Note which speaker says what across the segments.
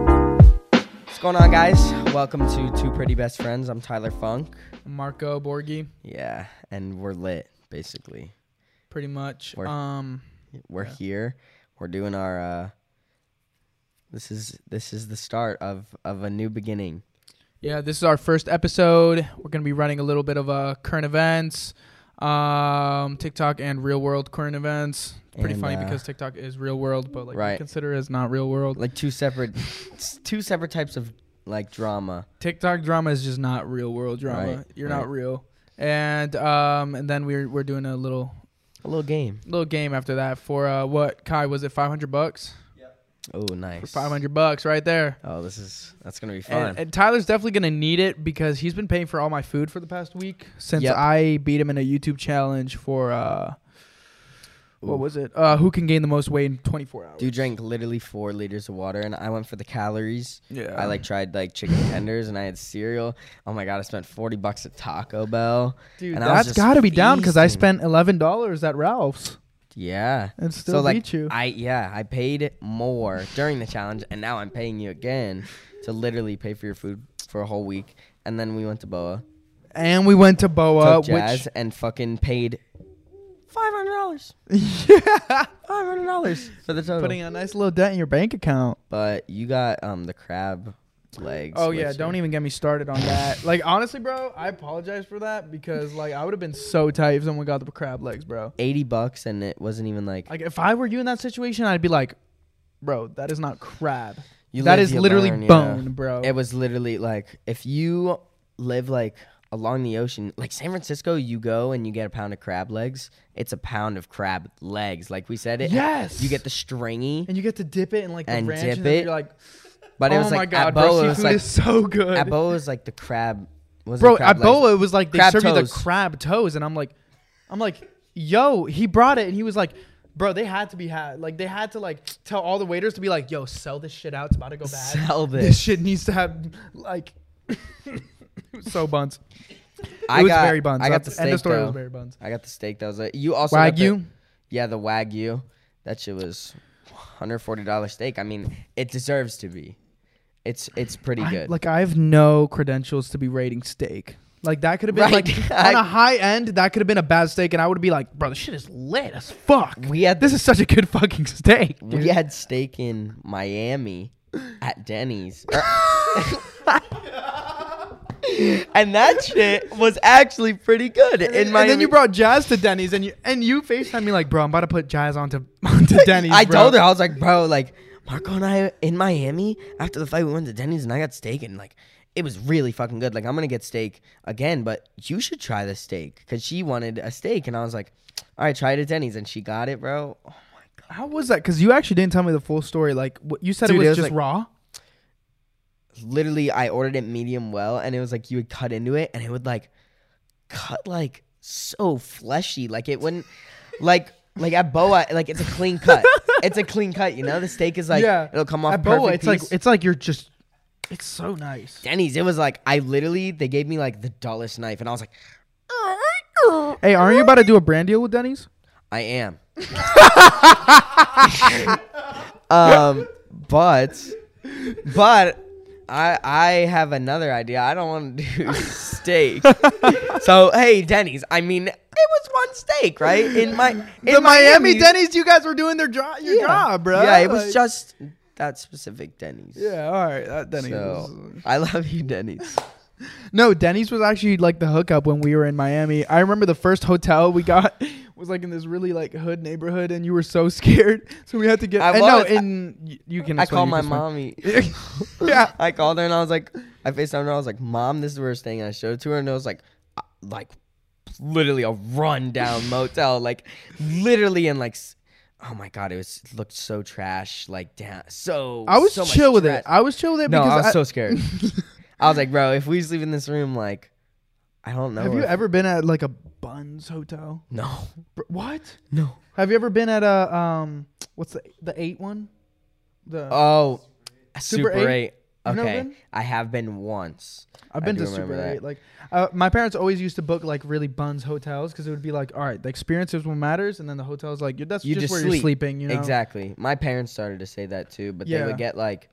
Speaker 1: What's going on, guys? Welcome to Two Pretty Best Friends. I'm Tyler Funk.
Speaker 2: Marco Borghi,
Speaker 1: Yeah, and we're lit, basically.
Speaker 2: pretty much.
Speaker 1: Or-
Speaker 2: um,
Speaker 1: We're here. We're doing our. Uh, this is this is the start of of a new beginning.
Speaker 2: yeah, this is our first episode. We're gonna be running a little bit of uh, current events, um, TikTok and real world current events. Pretty
Speaker 1: And,
Speaker 2: funny
Speaker 1: uh,
Speaker 2: because TikTok is real world, but like
Speaker 1: right.
Speaker 2: we consider it as not real world.
Speaker 1: Like two separate, s- two separate types of like drama.
Speaker 2: TikTok drama is just not real world drama.
Speaker 1: Right,
Speaker 2: You're
Speaker 1: right.
Speaker 2: not real. And um, and then we're we're doing a little
Speaker 1: A little game.
Speaker 2: little game after that for uh, what Kai was it 500 bucks?
Speaker 1: Oh, nice.
Speaker 2: 500 bucks right there.
Speaker 1: Oh, this is that's gonna be fun.
Speaker 2: And, and Tyler's definitely gonna need it because he's been paying for all my food for the past week since
Speaker 1: Yep.
Speaker 2: I beat him in a YouTube challenge for uh,
Speaker 1: Ooh.
Speaker 2: what was it? Uh, who can gain the most weight in 24 hours?
Speaker 1: Dude drank literally four liters of water, and I went for the calories.
Speaker 2: Yeah.
Speaker 1: I like tried like chicken tenders, and I had cereal. Oh my god, I spent forty bucks at Taco Bell.
Speaker 2: Dude,
Speaker 1: and I was
Speaker 2: that's
Speaker 1: just
Speaker 2: got to be down because I
Speaker 1: feasting.
Speaker 2: spent eleven dollars at Ralph's
Speaker 1: Yeah.
Speaker 2: and still
Speaker 1: so like
Speaker 2: beat you.
Speaker 1: I yeah I paid more during the challenge, and now I'm paying you again to literally pay for your food for a whole week, and then we went to Boa,
Speaker 2: and we went to Boa,
Speaker 1: took jazz,
Speaker 2: which
Speaker 1: and fucking paid five hundred dollars. five hundred dollars for the total.
Speaker 2: putting a nice little dent in your bank account.
Speaker 1: but you got um the crab legs.
Speaker 2: Oh
Speaker 1: with
Speaker 2: yeah,
Speaker 1: you.
Speaker 2: don't even get me started on that. like honestly, bro, I apologize for that because like I would have been so tight if someone got the crab legs, bro.
Speaker 1: eighty bucks, and it wasn't even like
Speaker 2: Like if I were you in that situation, I'd be like, bro, that is not crab.
Speaker 1: You
Speaker 2: that
Speaker 1: live,
Speaker 2: is
Speaker 1: you
Speaker 2: literally
Speaker 1: learn, yeah.
Speaker 2: bone, bro.
Speaker 1: It was literally like if you live like along the ocean, like San Francisco, you go and you get a pound of crab legs. It's a pound of crab legs, like we said. It,
Speaker 2: Yes!
Speaker 1: you get the stringy,
Speaker 2: and you get to dip it in like the
Speaker 1: And
Speaker 2: ranch,
Speaker 1: dip
Speaker 2: and then
Speaker 1: it.
Speaker 2: you're like,
Speaker 1: but it
Speaker 2: oh
Speaker 1: was
Speaker 2: my
Speaker 1: like
Speaker 2: god,
Speaker 1: at Boa,
Speaker 2: bro,
Speaker 1: it
Speaker 2: seafood
Speaker 1: was like
Speaker 2: is so good.
Speaker 1: at Boa was like the crab. Was
Speaker 2: bro,
Speaker 1: crab
Speaker 2: at
Speaker 1: legs.
Speaker 2: Boa, it was like they
Speaker 1: Crab
Speaker 2: served you the
Speaker 1: toes.
Speaker 2: crab toes, and I'm like, I'm like, yo, he brought it, and he was like. Bro, they had to be had like they had to like tell all the waiters to be like, "Yo, sell this shit out. It's about to go bad.
Speaker 1: Sell
Speaker 2: This
Speaker 1: this."
Speaker 2: shit needs to have like." It was so buns.
Speaker 1: I
Speaker 2: it was
Speaker 1: got,
Speaker 2: very buns.
Speaker 1: I got
Speaker 2: That's-
Speaker 1: the
Speaker 2: end
Speaker 1: steak
Speaker 2: of story. It
Speaker 1: though.
Speaker 2: was very buns.
Speaker 1: I got the steak. That was like you also got the-
Speaker 2: Wagyu.
Speaker 1: yeah, the wagyu. That shit was hundred forty dollar steak. I mean, it deserves to be. It's it's pretty
Speaker 2: I-
Speaker 1: good.
Speaker 2: like I have no credentials to be rating steak. Like that could have been
Speaker 1: Right.
Speaker 2: like
Speaker 1: I-
Speaker 2: on a high end, that could have been a bad steak, and I would be like, bro, this shit is lit as fuck.
Speaker 1: We had-
Speaker 2: this is such a good fucking steak.
Speaker 1: We had steak in Miami at Denny's. and that shit was actually pretty good in
Speaker 2: and,
Speaker 1: Miami.
Speaker 2: then you brought Jazz to Denny's, and you and you Facetime me like, bro, I'm about to put Jazz onto onto Denny's.
Speaker 1: I
Speaker 2: bro."
Speaker 1: told her, I was like, bro, like, Marco and I in Miami after the fight, we went to Denny's and I got steak and like, it was really fucking good. Like, I'm gonna get steak again, but you should try the steak because she wanted a steak. And I was like, all right, try it at Denny's. And she got it, bro.
Speaker 2: how was that? Because you actually didn't tell me the full story. Like what, you said,
Speaker 1: Dude,
Speaker 2: it
Speaker 1: it was
Speaker 2: was just
Speaker 1: like-
Speaker 2: raw.
Speaker 1: literally I ordered it medium well and it was like you would cut into it and it would like cut like so fleshy like it wouldn't like like at boa like it's a clean cut it's a clean cut you know the steak is like
Speaker 2: yeah,
Speaker 1: it'll come off
Speaker 2: At Boa,
Speaker 1: perfect
Speaker 2: it's like
Speaker 1: piece.
Speaker 2: it's like you're just, it's so nice.
Speaker 1: Denny's it was like I literally they gave me like the dullest knife and I was like
Speaker 2: Hey, aren't you about to do a brand deal with Denny's?
Speaker 1: I am um but but I I have another idea. I don't want to do steak. so hey, Denny's. I mean, it was one steak, right? In my in
Speaker 2: the Miami,
Speaker 1: you-
Speaker 2: Denny's, you guys were doing their job, your job, bro.
Speaker 1: Yeah, it was
Speaker 2: Like-
Speaker 1: just that specific Denny's.
Speaker 2: Yeah, all right, that Denny's.
Speaker 1: So I love you, Denny's.
Speaker 2: No, Denny's was actually like the hookup when we were in Miami. I remember the first hotel we got was like in this really like hood neighborhood, and you were so scared, so we had to get.
Speaker 1: I
Speaker 2: and no,
Speaker 1: was-
Speaker 2: in y- you can.
Speaker 1: I called
Speaker 2: explain, you
Speaker 1: my
Speaker 2: can
Speaker 1: mommy.
Speaker 2: explain. yeah,
Speaker 1: I called her and I was like, I FaceTimed her. I was like, Mom, this is where we're staying. And I showed it to her and it was like, uh, like literally a rundown motel, like literally in like, s- oh my god, it was it looked so trash, like damn, so
Speaker 2: I was
Speaker 1: so much
Speaker 2: chill with
Speaker 1: trash.
Speaker 2: it. I was chill with it
Speaker 1: no,
Speaker 2: because
Speaker 1: I was
Speaker 2: I-
Speaker 1: so scared. I was like, bro, if we sleep in this room, like, I don't know.
Speaker 2: Have you
Speaker 1: if-
Speaker 2: ever been at like a Buns hotel?
Speaker 1: No,
Speaker 2: Br- What?
Speaker 1: no.
Speaker 2: Have you ever been at a um? What's the the eight one? The
Speaker 1: Oh, Super,
Speaker 2: Super Eight?
Speaker 1: Eight.
Speaker 2: You've never
Speaker 1: Okay,
Speaker 2: been?
Speaker 1: I have been once.
Speaker 2: I've
Speaker 1: I
Speaker 2: been
Speaker 1: do
Speaker 2: to Super
Speaker 1: remember that.
Speaker 2: Eight. Like, uh, my parents always used to book like really buns hotels because it would be like, all right, the experience is what matters, and then the hotel's like, you- that's
Speaker 1: You
Speaker 2: just,
Speaker 1: just
Speaker 2: where you're
Speaker 1: sleep.
Speaker 2: sleeping. You know,
Speaker 1: Exactly. My parents started to say that too, but they
Speaker 2: Yeah.
Speaker 1: would get like,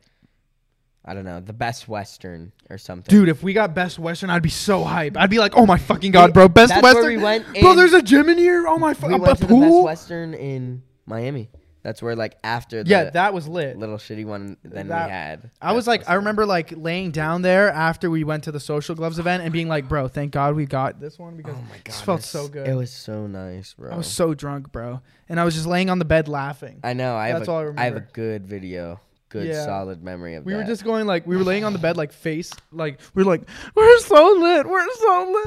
Speaker 1: I don't know, the best Western or something.
Speaker 2: Dude, if we got Best Western, I'd be so hype. I'd be like, oh my fucking god, bro, Best
Speaker 1: That's where
Speaker 2: Western.
Speaker 1: we went
Speaker 2: bro,
Speaker 1: in-
Speaker 2: there's a gym in here. Oh my
Speaker 1: we
Speaker 2: fucking
Speaker 1: went to the best
Speaker 2: pool.
Speaker 1: Western in Miami. That's where like after the
Speaker 2: yeah, that was lit.
Speaker 1: little shitty one then
Speaker 2: that-
Speaker 1: we had.
Speaker 2: I was
Speaker 1: Best
Speaker 2: like, I
Speaker 1: Western.
Speaker 2: remember like laying down there after we went to the Social Gloves event and being like, bro, thank God we got this one because
Speaker 1: Oh my god,
Speaker 2: this felt
Speaker 1: it was-
Speaker 2: so good.
Speaker 1: It was so nice, bro.
Speaker 2: I was so drunk, bro, and I was just laying on the bed laughing.
Speaker 1: I know. I have.
Speaker 2: That's
Speaker 1: a,
Speaker 2: all I
Speaker 1: I, have a
Speaker 2: remember.
Speaker 1: good video. Good
Speaker 2: Yeah.
Speaker 1: solid memory of
Speaker 2: We
Speaker 1: that.
Speaker 2: were just going like we were laying on the bed like face like we were like we're so lit we're so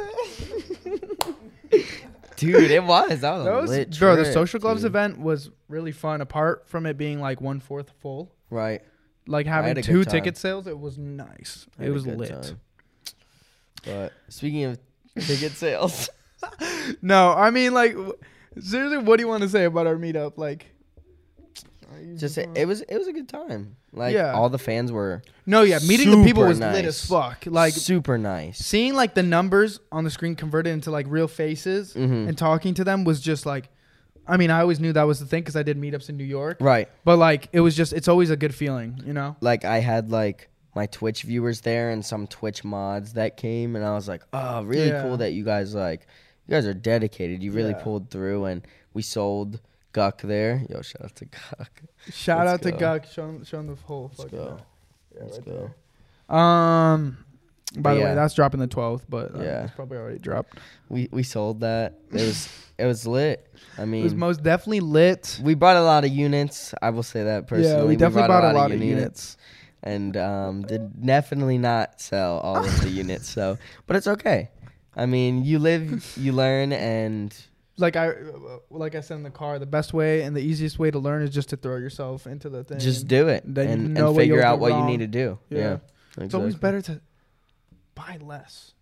Speaker 2: lit.
Speaker 1: dude. It was that was, a
Speaker 2: Those-
Speaker 1: lit
Speaker 2: bro, the
Speaker 1: trip,
Speaker 2: social gloves
Speaker 1: dude.
Speaker 2: event was really fun. Apart from it being like one fourth full,
Speaker 1: Right.
Speaker 2: like
Speaker 1: had
Speaker 2: having
Speaker 1: a good
Speaker 2: two
Speaker 1: time.
Speaker 2: ticket sales, it was nice.
Speaker 1: I
Speaker 2: It
Speaker 1: had a
Speaker 2: was
Speaker 1: good
Speaker 2: lit.
Speaker 1: time. But speaking of ticket sales,
Speaker 2: No, I mean like w- seriously, what do you want to say about our meetup? Like,
Speaker 1: just it, it was it was a good time. Like
Speaker 2: Mm-hmm. Yeah.
Speaker 1: all the fans were
Speaker 2: no, yeah, meeting the people
Speaker 1: Super
Speaker 2: was lit
Speaker 1: nice.
Speaker 2: as fuck. Like
Speaker 1: super nice.
Speaker 2: seeing like the numbers on the screen converted into like real faces
Speaker 1: Mm-hmm.
Speaker 2: and talking to them was just like i mean i always knew that was the thing because i did meetups in new york
Speaker 1: Right.
Speaker 2: but like it was just it's always a good feeling you know
Speaker 1: Like I had like my Twitch viewers there and some Twitch mods that came and I was like, "Oh, really
Speaker 2: Yeah.
Speaker 1: cool that you guys like you guys are dedicated. You really
Speaker 2: Yeah.
Speaker 1: pulled through and we sold Guck there. Yo, shout out to Guck.
Speaker 2: shout
Speaker 1: Let's
Speaker 2: out to
Speaker 1: go.
Speaker 2: guck show him, show him the whole fucking
Speaker 1: go. Let's go.
Speaker 2: thing. um by
Speaker 1: But
Speaker 2: the way
Speaker 1: yeah.
Speaker 2: that's dropping the 12th but uh,
Speaker 1: Yeah.
Speaker 2: it's probably already dropped
Speaker 1: We we sold that. It was it was lit. I mean,
Speaker 2: it was most definitely lit
Speaker 1: we bought a lot of units. I will say that personally.
Speaker 2: yeah we definitely bought, a lot of
Speaker 1: uni-
Speaker 2: units
Speaker 1: and um, did definitely not sell all of the units. So, but it's okay. I mean, you live, you learn, and
Speaker 2: like i uh, like i said in the car the best way and the easiest way to learn is just to throw yourself into the thing
Speaker 1: just do it
Speaker 2: Then you
Speaker 1: and,
Speaker 2: know
Speaker 1: and
Speaker 2: what
Speaker 1: figure
Speaker 2: you'll
Speaker 1: out
Speaker 2: do
Speaker 1: what
Speaker 2: wrong.
Speaker 1: you need to do.
Speaker 2: Yeah.
Speaker 1: Yeah,
Speaker 2: It's always
Speaker 1: exactly.
Speaker 2: better to buy less.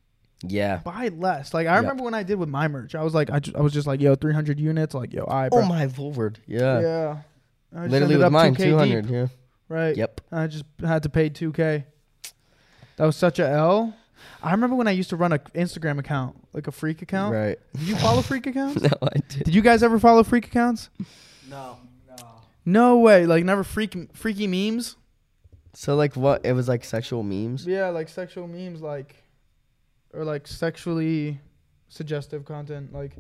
Speaker 1: Yeah.
Speaker 2: Buy less. Like I remember when I did with my merch, I was like, I, ju- I was just like, yo, 300 units. Like, yo, I.
Speaker 1: Oh my lord. Yeah.
Speaker 2: Yeah. I just
Speaker 1: Literally
Speaker 2: ended
Speaker 1: with
Speaker 2: up
Speaker 1: mine,
Speaker 2: 2K
Speaker 1: two hundred.
Speaker 2: deep,
Speaker 1: Yeah.
Speaker 2: right.
Speaker 1: Yep.
Speaker 2: I just had to pay 2K. That was such a L. I remember when I used to run an Instagram account, like a freak account.
Speaker 1: Right.
Speaker 2: Did you follow freak accounts?
Speaker 1: No, I did.
Speaker 2: Did you guys ever follow freak accounts?
Speaker 3: No.
Speaker 2: No way. Like never freak freaky memes.
Speaker 1: So like, what? It was like sexual memes.
Speaker 2: Yeah, like sexual memes, like, or like sexually suggestive content, like.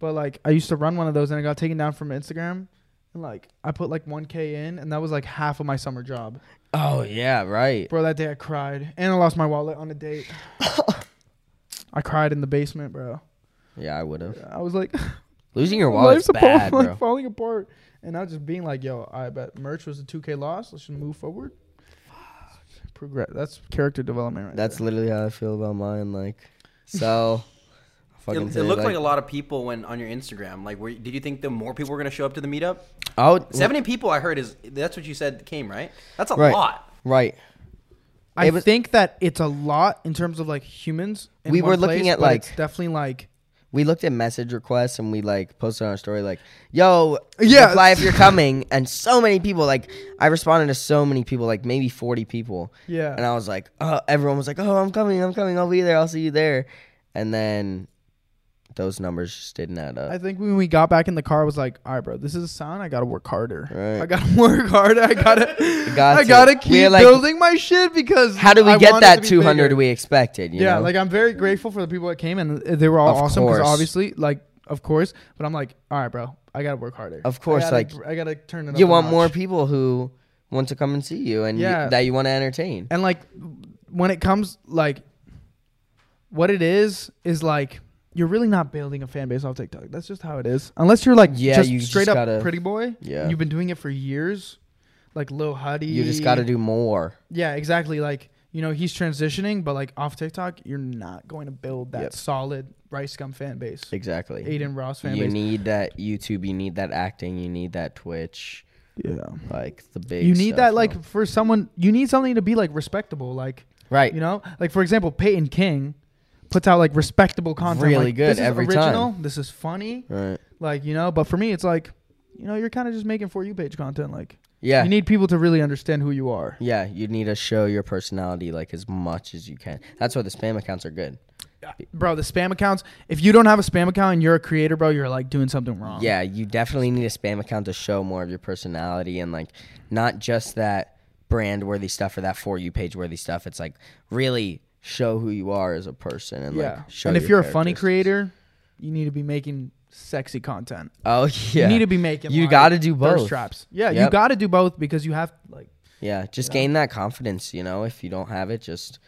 Speaker 2: But like, I used to run one of those, and I got taken down from Instagram, and like, I put like 1k in, and that was like half of my summer job,
Speaker 1: Oh yeah, right.
Speaker 2: bro. That day I cried, and I lost my wallet on a date. I cried in the basement, bro.
Speaker 1: Yeah, I would have.
Speaker 2: I was like,
Speaker 1: Losing your wallet's
Speaker 2: life's
Speaker 1: Oh, bad,
Speaker 2: apart,
Speaker 1: bro.
Speaker 2: like falling apart, and I was just being like, yo, I bet merch was a 2k loss. Let's just move forward. Progress. That's character development, right?
Speaker 1: That's
Speaker 2: there.
Speaker 1: literally how I feel about mine. Like, so. I
Speaker 3: It,
Speaker 1: fucking
Speaker 3: it
Speaker 1: say,
Speaker 3: looked like, a lot of people when on your Instagram. Like, were, did you think the more people were going to show up to the meetup?
Speaker 1: Oh,
Speaker 3: Seventy people, I heard, is that's what you said came right? That's a
Speaker 1: Right.
Speaker 3: lot.
Speaker 1: Right.
Speaker 2: I
Speaker 1: It was-
Speaker 2: think that it's a lot in terms of like humans. in
Speaker 1: We were
Speaker 2: one
Speaker 1: looking
Speaker 2: place,
Speaker 1: at,
Speaker 2: but it's
Speaker 1: like-
Speaker 2: definitely like
Speaker 1: we looked at message requests and we like posted on our story like, "Yo,
Speaker 2: Yeah.
Speaker 1: yeah, reply if you're coming." And so many people like I responded to so many people, like maybe forty people.
Speaker 2: Yeah.
Speaker 1: And I was like, "Oh, everyone was like, oh, I'm coming, I'm coming, I'll be there, I'll see you there." And then those numbers just didn't add up.
Speaker 2: I think when we got back in the car, I was like, "All right, bro, this is a sign. I gotta work harder.
Speaker 1: Right.
Speaker 2: I gotta work harder. I gotta,
Speaker 1: got
Speaker 2: I
Speaker 1: to.
Speaker 2: gotta
Speaker 1: We
Speaker 2: keep
Speaker 1: are, like-
Speaker 2: building my shit because
Speaker 1: How do we
Speaker 2: I
Speaker 1: get
Speaker 2: want it to
Speaker 1: that
Speaker 2: be
Speaker 1: 200
Speaker 2: bigger.
Speaker 1: we expected? You
Speaker 2: yeah,
Speaker 1: know?
Speaker 2: like I'm very grateful for the people that came and they were all
Speaker 1: Of
Speaker 2: awesome because
Speaker 1: course.
Speaker 2: obviously, like of course. But I'm like, all right, bro, I gotta work harder.
Speaker 1: Of course,
Speaker 2: I gotta,
Speaker 1: like,
Speaker 2: br- I gotta turn it.
Speaker 1: you
Speaker 2: up a
Speaker 1: want
Speaker 2: notch.
Speaker 1: more people who want to come and see you and you-
Speaker 2: Yeah.
Speaker 1: that you want to entertain.
Speaker 2: and like when it comes like what it is is like you're really not building a fan base off TikTok. That's just how it is. Unless you're like
Speaker 1: Yeah,
Speaker 2: just
Speaker 1: you just
Speaker 2: straight up
Speaker 1: gotta-
Speaker 2: pretty boy.
Speaker 1: Yeah.
Speaker 2: You've been doing it for years. Like Lil Huddy.
Speaker 1: You just got to do more.
Speaker 2: Yeah, exactly. Like, you know, he's transitioning, but like off TikTok, you're not going to build that
Speaker 1: Yep.
Speaker 2: solid Rice Gum fan base.
Speaker 1: Exactly.
Speaker 2: Aiden Ross fan
Speaker 1: you
Speaker 2: base.
Speaker 1: need that YouTube. You need that acting. You need that Twitch.
Speaker 2: yeah.
Speaker 1: Like the big.
Speaker 2: You need
Speaker 1: stuff,
Speaker 2: that like
Speaker 1: bro.
Speaker 2: for someone you need something to be like respectable. Like
Speaker 1: right.
Speaker 2: You know, like for example, Peyton King puts out like respectable content.
Speaker 1: Really
Speaker 2: like,
Speaker 1: good
Speaker 2: this is
Speaker 1: every
Speaker 2: original, This is funny.
Speaker 1: Right.
Speaker 2: Like you know, but for me, it's like, you know, you're kind of just making for you page content. Like
Speaker 1: Yeah.
Speaker 2: you need people to really understand who you are.
Speaker 1: yeah. You need to show your personality like as much as you can. That's why the spam accounts are good.
Speaker 2: Bro, the spam accounts. If you don't have a spam account and you're a creator, bro, you're like doing something wrong.
Speaker 1: Yeah, you definitely need a spam account to show more of your personality and like not just that brand worthy stuff or that for you page worthy stuff. It's like really show who you are as a person and
Speaker 2: yeah.
Speaker 1: like show.
Speaker 2: and if
Speaker 1: your
Speaker 2: you're a funny
Speaker 1: characteristics.
Speaker 2: creator, you need to be making sexy content.
Speaker 1: oh yeah,
Speaker 2: You need to be making.
Speaker 1: You
Speaker 2: like,
Speaker 1: gotta do
Speaker 2: thirst
Speaker 1: both.
Speaker 2: Traps. Yeah, you
Speaker 1: Yep.
Speaker 2: got to do both because you have like.
Speaker 1: Yeah, just gain that confidence. You know, if you don't have it, just.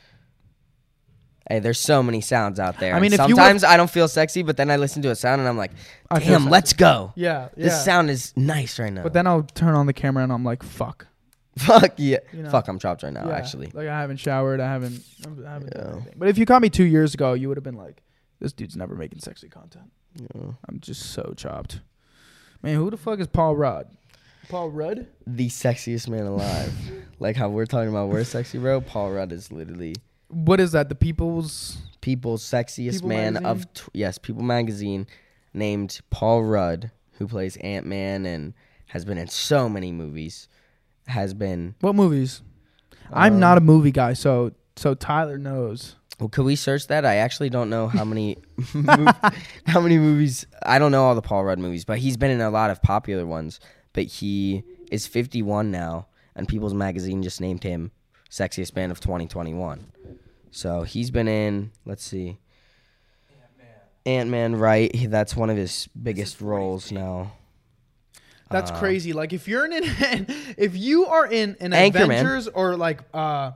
Speaker 1: Hey, there's so many sounds out there.
Speaker 2: I
Speaker 1: I
Speaker 2: mean,
Speaker 1: mean,
Speaker 2: if you were-
Speaker 1: sometimes I don't feel sexy, but then I listen to a sound and I'm like,
Speaker 2: I feel
Speaker 1: damn,
Speaker 2: sexy."
Speaker 1: let's go.
Speaker 2: Yeah. Yeah.
Speaker 1: This sound is nice right now.
Speaker 2: But then I'll turn on the camera and I'm like, fuck.
Speaker 1: fuck yeah,
Speaker 2: You know.
Speaker 1: fuck, I'm chopped right now.
Speaker 2: Yeah,
Speaker 1: Oh, Actually,
Speaker 2: Like I haven't showered. I haven't. I haven't done
Speaker 1: Yeah.
Speaker 2: anything. But if you caught me two years ago, you would have been like, "This dude's never making sexy content."
Speaker 1: Yeah.
Speaker 2: I'm just so chopped. Man, who the fuck is Paul Rudd? Paul Rudd?
Speaker 1: the sexiest man alive. like how we're talking about we're sexy, bro. Paul Rudd is literally
Speaker 2: What is that? The People's
Speaker 1: people's sexiest
Speaker 2: People
Speaker 1: man
Speaker 2: Magazine?
Speaker 1: of tw- yes, People Magazine named Paul Rudd, who plays Ant Man and has been in so many movies. Has been.
Speaker 2: what movies?
Speaker 1: Um,
Speaker 2: I'm not a movie guy, so so Tyler knows.
Speaker 1: Well, could we search that? I actually don't know how many mov- how many movies. I don't know all the Paul Rudd movies, but he's been in a lot of popular ones. But he is 51 now, and People's Magazine just named him sexiest man of 2021. So he's been in. Let's see. Ant Man, right? He- That's one of his biggest roles now.
Speaker 2: That's
Speaker 1: Uh,
Speaker 2: crazy. Like if you're in an if you are in an
Speaker 1: Anchorman.
Speaker 2: Avengers or like uh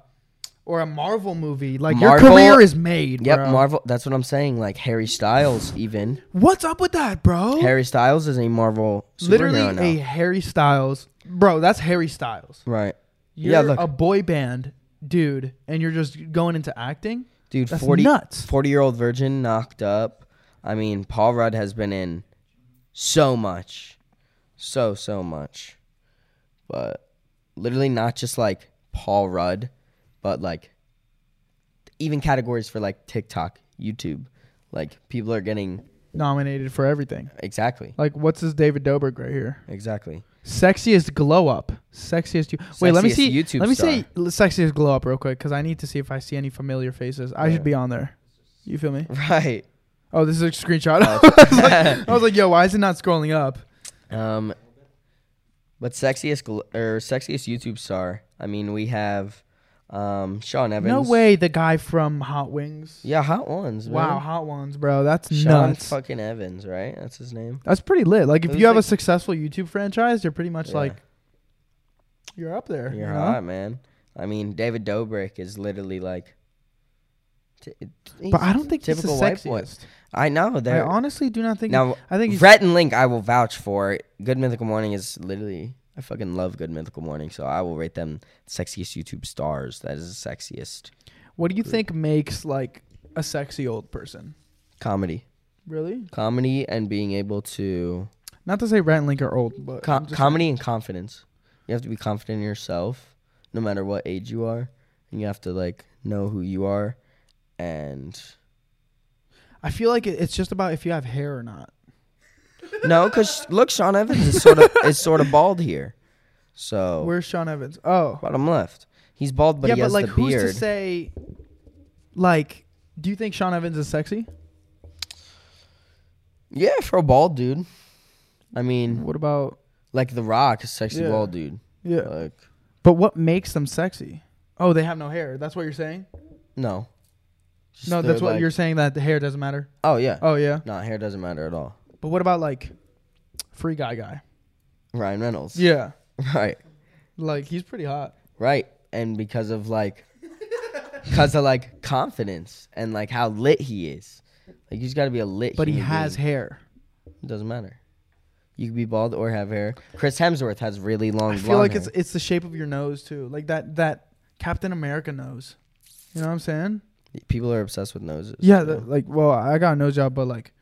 Speaker 2: or a Marvel movie, like
Speaker 1: Marvel-
Speaker 2: your career is made.
Speaker 1: Yep,
Speaker 2: bro.
Speaker 1: Marvel. That's what I'm saying. Like Harry Styles, even
Speaker 2: What's up with that, bro?
Speaker 1: Harry Styles is a Marvel superhero
Speaker 2: literally
Speaker 1: now.
Speaker 2: a Harry Styles, bro. That's Harry Styles.
Speaker 1: right.
Speaker 2: You're
Speaker 1: yeah, look.
Speaker 2: a boy band dude, and you're just going into acting.
Speaker 1: Dude,
Speaker 2: That's
Speaker 1: 40,
Speaker 2: nuts.
Speaker 1: 40 year old virgin knocked up. I mean, Paul Rudd has been in so much. So, so much. But literally not just like Paul Rudd, but like even categories for like TikTok, YouTube. Like people are getting
Speaker 2: Nominated for everything.
Speaker 1: exactly.
Speaker 2: Like, what's this David Dobrik right here?
Speaker 1: Exactly.
Speaker 2: Sexiest glow up. Sexiest. You- Wait, let me
Speaker 1: Sexiest
Speaker 2: see.
Speaker 1: YouTube
Speaker 2: let me
Speaker 1: star.
Speaker 2: see l- sexiest glow up real quick because I need to see if I see any familiar faces. I should be on there. You feel me?
Speaker 1: Right.
Speaker 2: Oh, this is a screenshot. I, was like, I was like, yo, why is it not scrolling up?
Speaker 1: Um, but sexiest gl- or sexiest YouTube star. I mean, we have um Sean Evans.
Speaker 2: No way, the guy from Hot Wings.
Speaker 1: Yeah, hot ones. Man.
Speaker 2: Wow, Hot Ones, bro. That's
Speaker 1: Sean
Speaker 2: nuts.
Speaker 1: fucking Evans, right? That's his name.
Speaker 2: That's pretty lit. Like if
Speaker 1: It
Speaker 2: you
Speaker 1: was
Speaker 2: have a
Speaker 1: like-
Speaker 2: successful YouTube franchise, you're pretty much
Speaker 1: Yeah.
Speaker 2: like you're up there.
Speaker 1: You're
Speaker 2: you know?
Speaker 1: hot, man. I mean, David Dobrik is literally like. T- he's
Speaker 2: But I don't think he's the
Speaker 1: typical white boy.
Speaker 2: sexiest.
Speaker 1: I know
Speaker 2: I
Speaker 1: that.
Speaker 2: honestly do not think.
Speaker 1: Now,
Speaker 2: I think he's,
Speaker 1: Rhett and Link, I will vouch for. Good Mythical Morning is literally. I fucking love Good Mythical Morning, so I will rate them sexiest YouTube stars. That is the sexiest
Speaker 2: what do you think makes like a sexy old person?
Speaker 1: comedy,
Speaker 2: Really?
Speaker 1: comedy, and being able to
Speaker 2: Not to say Rhett and Link are old, but
Speaker 1: Com-
Speaker 2: I'm just-
Speaker 1: comedy and confidence. You have to be confident in yourself, no matter what age you are, and you have to like know who you are, and
Speaker 2: I feel like it- it's just about if you have hair or not.
Speaker 1: no, because look, Sean Evans is sort of is sort of bald here, so
Speaker 2: Where's Sean Evans? Oh,
Speaker 1: bottom left, he's bald, but
Speaker 2: yeah,
Speaker 1: he
Speaker 2: but
Speaker 1: has
Speaker 2: like,
Speaker 1: the
Speaker 2: who's to
Speaker 1: beard.
Speaker 2: say? Like, do you think Sean Evans is sexy?
Speaker 1: yeah, for a bald dude, I mean,
Speaker 2: What about?
Speaker 1: like The Rock is sexy
Speaker 2: Yeah.
Speaker 1: bald dude.
Speaker 2: Yeah.
Speaker 1: Like,
Speaker 2: But what makes them sexy? Oh, they have no hair. That's what you're saying?
Speaker 1: no, Just
Speaker 2: No,
Speaker 1: they're
Speaker 2: that's what
Speaker 1: like-
Speaker 2: you're saying that the hair doesn't matter.
Speaker 1: Oh yeah,
Speaker 2: Oh yeah.
Speaker 1: no, hair doesn't matter at all.
Speaker 2: But what about like free guy guy?
Speaker 1: Ryan Reynolds.
Speaker 2: Yeah.
Speaker 1: Right.
Speaker 2: Like he's pretty hot.
Speaker 1: Right. And because of like, because of like confidence and like how lit he is. Like, you just got to be a lit
Speaker 2: But he
Speaker 1: human
Speaker 2: has
Speaker 1: being.
Speaker 2: hair.
Speaker 1: It doesn't matter. You could be bald or have hair. Chris Hemsworth has really long
Speaker 2: I
Speaker 1: blonde
Speaker 2: feel like
Speaker 1: hair.
Speaker 2: it's it's the shape of your nose too. Like that that Captain America nose. You know what I'm saying?
Speaker 1: People are obsessed with noses.
Speaker 2: Yeah,
Speaker 1: you know?
Speaker 2: the, like well, I got a nose job, but like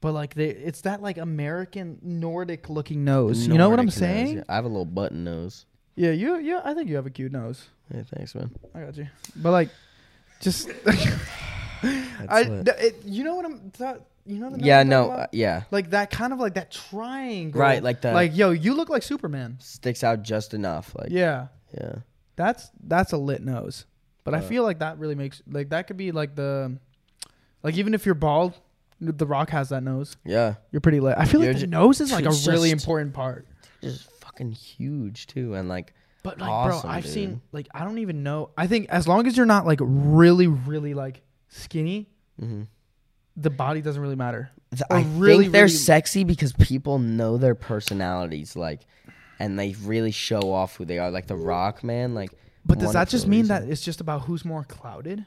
Speaker 2: but like they it's that like American Nordic looking nose. you know what
Speaker 1: Nordic
Speaker 2: I'm
Speaker 1: nose,
Speaker 2: saying?
Speaker 1: yeah. I have a little button nose.
Speaker 2: Yeah, you yeah, I think you have a cute nose.
Speaker 1: Hey, thanks, man.
Speaker 2: I got you. But like just I
Speaker 1: lit.
Speaker 2: th- it, you know what I'm th- you know the nose
Speaker 1: yeah,
Speaker 2: I'm talking
Speaker 1: no,
Speaker 2: about?
Speaker 1: uh, yeah.
Speaker 2: like that kind of like that triangle.
Speaker 1: Right, like the-
Speaker 2: Like yo, you look like Superman.
Speaker 1: Sticks out just enough. Like, yeah.
Speaker 2: Yeah. That's that's a lit nose. But I
Speaker 1: Uh,
Speaker 2: feel like that really makes like that could be like the like even if you're bald, the rock has that nose.
Speaker 1: Yeah.
Speaker 2: You're pretty lit. I feel
Speaker 1: You're
Speaker 2: like the
Speaker 1: ju-
Speaker 2: nose is like a
Speaker 1: just-
Speaker 2: really important part.
Speaker 1: Just fucking huge, too. And like,
Speaker 2: But like
Speaker 1: Awesome,
Speaker 2: bro, I've
Speaker 1: dude.
Speaker 2: seen like I don't even know. I think as long as you're not like really really like skinny,
Speaker 1: mhm.
Speaker 2: the body doesn't really matter.
Speaker 1: Th-
Speaker 2: Or
Speaker 1: I
Speaker 2: really,
Speaker 1: think they're
Speaker 2: really-
Speaker 1: sexy because people know their personalities, like, and they really show off who they are. Like the Rock man, like.
Speaker 2: But does
Speaker 1: won
Speaker 2: that
Speaker 1: it
Speaker 2: just
Speaker 1: for a
Speaker 2: mean
Speaker 1: reason.
Speaker 2: that it's just about who's more clouded?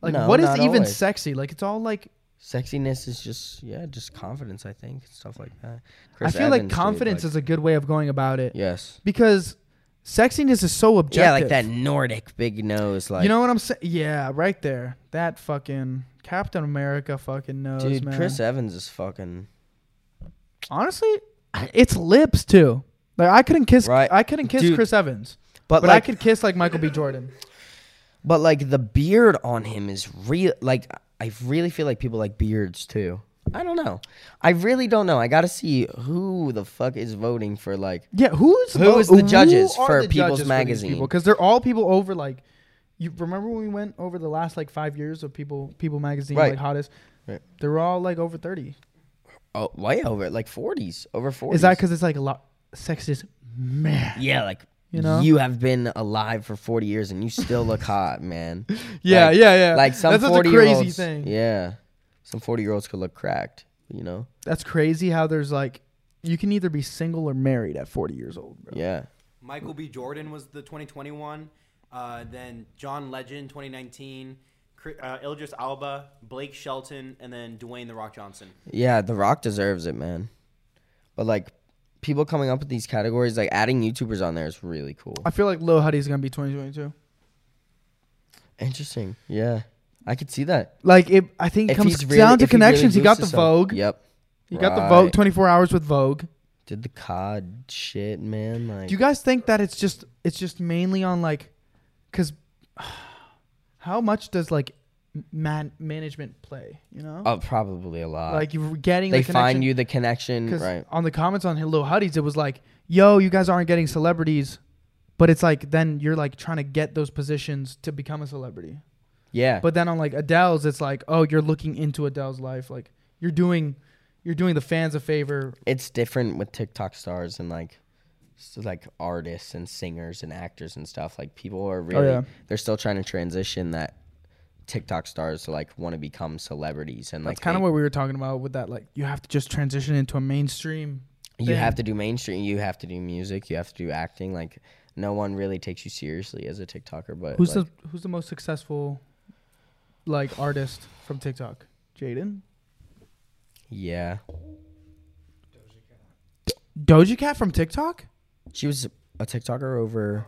Speaker 2: Like
Speaker 1: No,
Speaker 2: what is
Speaker 1: not
Speaker 2: even
Speaker 1: always.
Speaker 2: sexy? Like it's all like
Speaker 1: sexiness is just yeah, just confidence? I think stuff like that.
Speaker 2: I feel like confidence is a good way of going about it
Speaker 1: yes.
Speaker 2: because sexiness is so objective.
Speaker 1: Yeah, like that Nordic big nose, like
Speaker 2: you know what I'm saying? Yeah, right there. That fucking Captain America fucking nose,
Speaker 1: dude.
Speaker 2: man.
Speaker 1: Chris Evans is fucking
Speaker 2: Honestly, I- it's lips too. Like I couldn't kiss.
Speaker 1: Right.
Speaker 2: I couldn't kiss
Speaker 1: Dude.
Speaker 2: Chris Evans,
Speaker 1: but,
Speaker 2: but I
Speaker 1: like
Speaker 2: could kiss like Michael B. Jordan.
Speaker 1: but like the beard on him is real. Like I really feel like people like beards too. I don't know. I really don't know. I gotta see who the fuck is voting for like
Speaker 2: Yeah, who's
Speaker 1: Who
Speaker 2: vo-
Speaker 1: is the judges
Speaker 2: are
Speaker 1: for
Speaker 2: the
Speaker 1: People's
Speaker 2: judges for these
Speaker 1: Magazine?
Speaker 2: people? Because they're all people over like. You remember when we went over the last like five years of People People Magazine
Speaker 1: Right.
Speaker 2: like hottest?
Speaker 1: Right.
Speaker 2: They're all like over thirty.
Speaker 1: oh, way over like forties, over forties.
Speaker 2: Is that because it's like a lot sexist man?
Speaker 1: yeah, like
Speaker 2: You
Speaker 1: you
Speaker 2: know?
Speaker 1: know you have been alive for forty years and you still look hot, man.
Speaker 2: Yeah,
Speaker 1: Like-
Speaker 2: yeah, yeah.
Speaker 1: Like some
Speaker 2: That's such a
Speaker 1: forty
Speaker 2: crazy
Speaker 1: year olds,
Speaker 2: thing.
Speaker 1: yeah, some forty year olds could look cracked. You know,
Speaker 2: That's crazy how there's like you can either be single or married at 40 years old, bro.
Speaker 1: yeah.
Speaker 3: Michael B. Jordan was the 2021. Uh, then John Legend 2019. Cri- Uh, Ildris Alba, Blake Shelton, and then Dwayne the Rock Johnson.
Speaker 1: Yeah, The Rock deserves it, man. But like people coming up with these categories, like adding YouTubers on there is really cool.
Speaker 2: I feel like Lil Huddy's gonna be 2022.
Speaker 1: Interesting. Yeah. I could see that.
Speaker 2: Like it, I think it
Speaker 1: If
Speaker 2: comes
Speaker 1: he's really-
Speaker 2: down to
Speaker 1: if he really
Speaker 2: connections. he
Speaker 1: boosts
Speaker 2: got the
Speaker 1: himself-
Speaker 2: Vogue.
Speaker 1: Yep.
Speaker 2: He got the
Speaker 1: Right.
Speaker 2: Vogue. 24 hours with Vogue.
Speaker 1: Did the COD shit, man. Like
Speaker 2: Do you guys think that it's just it's just mainly on like, cause how much does like man management play? You know,
Speaker 1: Oh, probably a lot.
Speaker 2: like you're getting
Speaker 1: they
Speaker 2: the
Speaker 1: find
Speaker 2: connection-
Speaker 1: you the connection,
Speaker 2: Because
Speaker 1: right?
Speaker 2: on the comments on Hello Huddies, it was like, yo, you guys aren't getting celebrities. But it's like, then you're like trying to get those positions to become a celebrity.
Speaker 1: Yeah.
Speaker 2: But then on like Adele's, it's like, oh, you're looking into Adele's life. Like you're doing, you're doing the fans a favor.
Speaker 1: it's different with TikTok stars and like s- like artists and singers and actors and stuff. Like people are really
Speaker 2: Oh, yeah.
Speaker 1: they're still trying to transition that TikTok stars to like want to become celebrities and like
Speaker 2: That's kind
Speaker 1: they-
Speaker 2: of what we were talking about with that. Like you have to just transition into a mainstream.
Speaker 1: you
Speaker 2: thing.
Speaker 1: have to do mainstream, you have to do music, you have to do acting. Like no one really takes you seriously as a TikToker, but
Speaker 2: Who's
Speaker 1: like,
Speaker 2: the Who's the most successful, like artist from TikTok? Jaden.
Speaker 1: yeah,
Speaker 2: Doja Cat from TikTok.
Speaker 1: she was a TikToker over.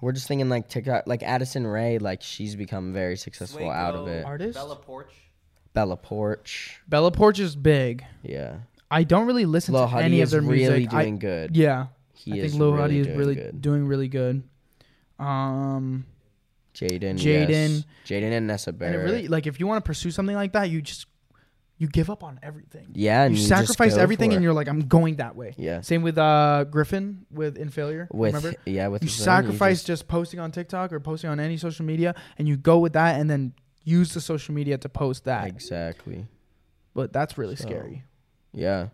Speaker 1: We're just thinking like TikTok, like Addison Ray, like she's become very successful out of
Speaker 3: Swago,
Speaker 1: it.
Speaker 2: Artist?
Speaker 3: Bella Porch.
Speaker 1: Bella Porch,
Speaker 2: Bella Porch is big.
Speaker 1: yeah,
Speaker 2: I don't really listen
Speaker 1: Lil
Speaker 2: to
Speaker 1: Huddy
Speaker 2: any of
Speaker 1: is
Speaker 2: their
Speaker 1: really
Speaker 2: music. I-
Speaker 1: doing good.
Speaker 2: yeah,
Speaker 1: He
Speaker 2: I
Speaker 1: is
Speaker 2: think Lil
Speaker 1: really
Speaker 2: Huddy is
Speaker 1: doing
Speaker 2: really
Speaker 1: good.
Speaker 2: doing really good. Um,
Speaker 1: Jaden,
Speaker 2: Jaden.
Speaker 1: yes. Jaden and Nessa Barrett.
Speaker 2: and it really like if you want to pursue something like that, you just you give up on everything.
Speaker 1: yeah, and
Speaker 2: you,
Speaker 1: just
Speaker 2: sacrifice
Speaker 1: go
Speaker 2: everything,
Speaker 1: for
Speaker 2: and
Speaker 1: it.
Speaker 2: you're like, I'm going that way.
Speaker 1: Yeah.
Speaker 2: Same with uh Griffin with In Failure.
Speaker 1: with
Speaker 2: remember?
Speaker 1: yeah with
Speaker 2: You
Speaker 1: his own,
Speaker 2: sacrifice
Speaker 1: just-
Speaker 2: just, posting on TikTok or posting on any social media, and you go with that, and then use the social media to post that.
Speaker 1: exactly.
Speaker 2: But that's really
Speaker 1: So,
Speaker 2: scary.
Speaker 1: Yeah,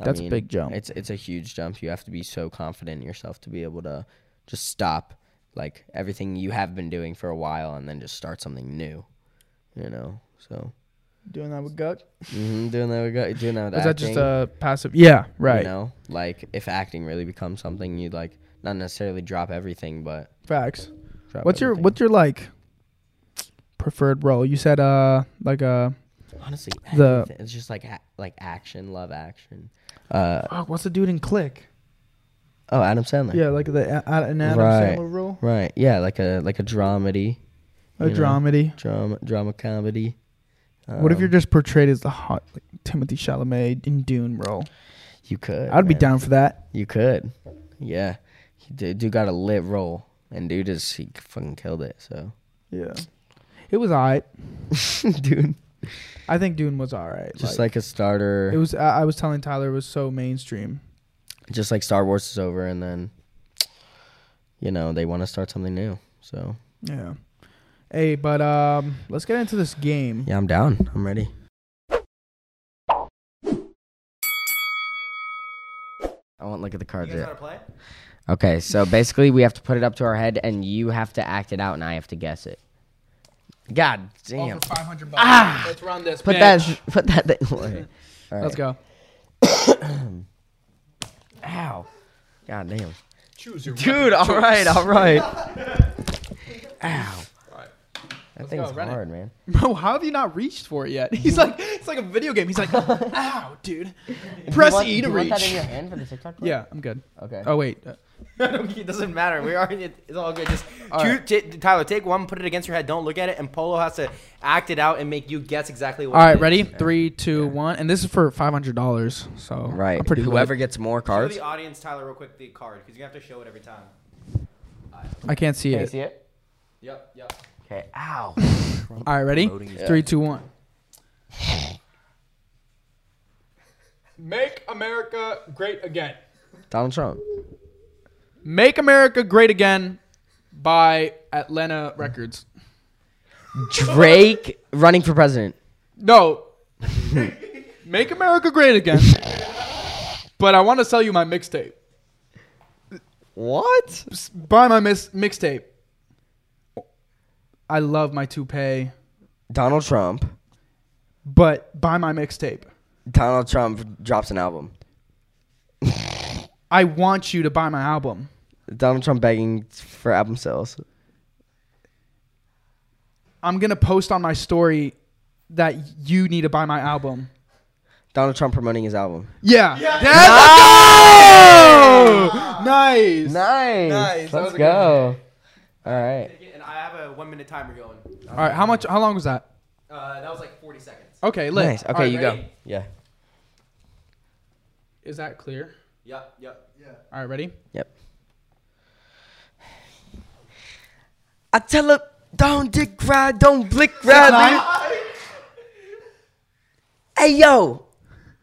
Speaker 1: I
Speaker 2: That's a
Speaker 1: mean,
Speaker 2: big jump.
Speaker 1: It's it's a huge jump. You have to be so confident in yourself to be able to just stop like everything you have been doing for a while and then just start something new. You know, so
Speaker 2: Doing that with Guck?
Speaker 1: hmm doing that. We got doing that. With
Speaker 2: Or Is that
Speaker 1: acting,
Speaker 2: just a passive? Yeah, right.
Speaker 1: You know, like if acting really becomes something, you'd like not necessarily drop everything, but
Speaker 2: Facts.
Speaker 1: drop
Speaker 2: What's your
Speaker 1: everything.
Speaker 2: what's your like preferred role? You said uh like uh
Speaker 1: honestly
Speaker 2: the-
Speaker 1: the it's just like a- like action, love action. Uh
Speaker 2: fuck, what's the dude in Click?
Speaker 1: oh, Adam Sandler.
Speaker 2: Yeah, like the a- a- an Adam
Speaker 1: Right.
Speaker 2: Sandler role,
Speaker 1: Right. Yeah, like a like a dramedy,
Speaker 2: a
Speaker 1: You know.
Speaker 2: dramedy.
Speaker 1: drama drama comedy.
Speaker 2: what if you're
Speaker 1: Um,
Speaker 2: just portrayed as the hot like, Timothy Chalamet in Dune role?
Speaker 1: You could.
Speaker 2: I'd be
Speaker 1: man.
Speaker 2: down for that.
Speaker 1: You could. Yeah. He did- Dude got a lit role, and dude just he fucking killed it. So,
Speaker 2: Yeah, it was alright.
Speaker 1: dude,
Speaker 2: I think Dune was alright.
Speaker 1: just like, a starter.
Speaker 2: it was. I, I was telling Tyler it was so mainstream.
Speaker 1: just like Star Wars is over, and then you know they want to start something new. So
Speaker 2: Yeah. Hey, but um, let's get into this game.
Speaker 1: yeah, I'm down. I'm ready. I won't look at the
Speaker 3: You
Speaker 1: cards
Speaker 3: guys gotta
Speaker 1: yet.
Speaker 3: play?
Speaker 4: Okay, so basically we have to put it up to our head, and you have to act it out, and I have to guess it. God damn!
Speaker 2: for 500 bucks. Ah, let's run this.
Speaker 4: Put that. Put that thing away. All
Speaker 2: Let's go.
Speaker 4: Ow! God damn!
Speaker 5: Choose your
Speaker 4: Dude, all right, all right. Ow! That thing's
Speaker 2: go, run it.
Speaker 4: hard, man.
Speaker 2: Bro, how have you not reached for it yet? He's like, it's like a video game. He's like, ow, dude. Press
Speaker 4: want-
Speaker 2: E to
Speaker 4: you want that in your
Speaker 2: reach.
Speaker 4: hand for the TikTok? clip?
Speaker 2: Yeah, I'm good.
Speaker 4: Okay.
Speaker 2: Oh wait, Uh,
Speaker 3: it doesn't matter. We already it's all good. Just choose, t- Tyler, take one, put it against your head. Don't look at it, and Polo has to act it out and make you guess exactly what.
Speaker 2: All
Speaker 3: it
Speaker 2: right,
Speaker 3: is.
Speaker 2: ready? Three, two, one, and this is for five hundred dollars. So
Speaker 1: Right.
Speaker 2: I'm pretty
Speaker 1: Whoever
Speaker 2: lit.
Speaker 1: gets more
Speaker 3: Show
Speaker 1: cards.
Speaker 3: the audience, Tyler, real quick the card because you have to show it every time.
Speaker 2: I can't see
Speaker 4: Can you
Speaker 2: it.
Speaker 4: see it?
Speaker 3: Yep, yep.
Speaker 4: Okay. Ow!
Speaker 2: All right, ready? Three, two, one.
Speaker 5: Make America great again.
Speaker 1: Donald Trump.
Speaker 2: Make America Great Again by Atlanta Records.
Speaker 1: Drake running for president.
Speaker 2: No, Make America Great Again. but I want to sell you my mixtape.
Speaker 1: What?
Speaker 2: S- Buy my mis- mixtape. I love my toupee,
Speaker 1: Donald Trump.
Speaker 2: but buy my mixtape.
Speaker 1: Donald Trump drops an album.
Speaker 2: I want you to buy my album.
Speaker 1: Donald Trump begging for album sales.
Speaker 2: I'm gonna post on my story that you need to buy my album.
Speaker 1: Donald Trump promoting his album.
Speaker 2: Yeah. That's- Nice.
Speaker 1: Nice.
Speaker 2: Nice. That
Speaker 1: Let's
Speaker 2: was a good
Speaker 1: go. All right.
Speaker 3: And I have a one minute timer going.
Speaker 2: All right. How much? How long was that?
Speaker 3: Uh, that was like 40 seconds.
Speaker 2: Okay. Lit.
Speaker 1: Nice. Okay,
Speaker 2: All right,
Speaker 1: you
Speaker 2: ready?
Speaker 1: go. Yeah.
Speaker 2: Is that clear?
Speaker 3: Yep, yep.
Speaker 2: All right. Ready?
Speaker 1: Yep. I tell her, don't dick ride, don't blick ride.
Speaker 4: Hey yo.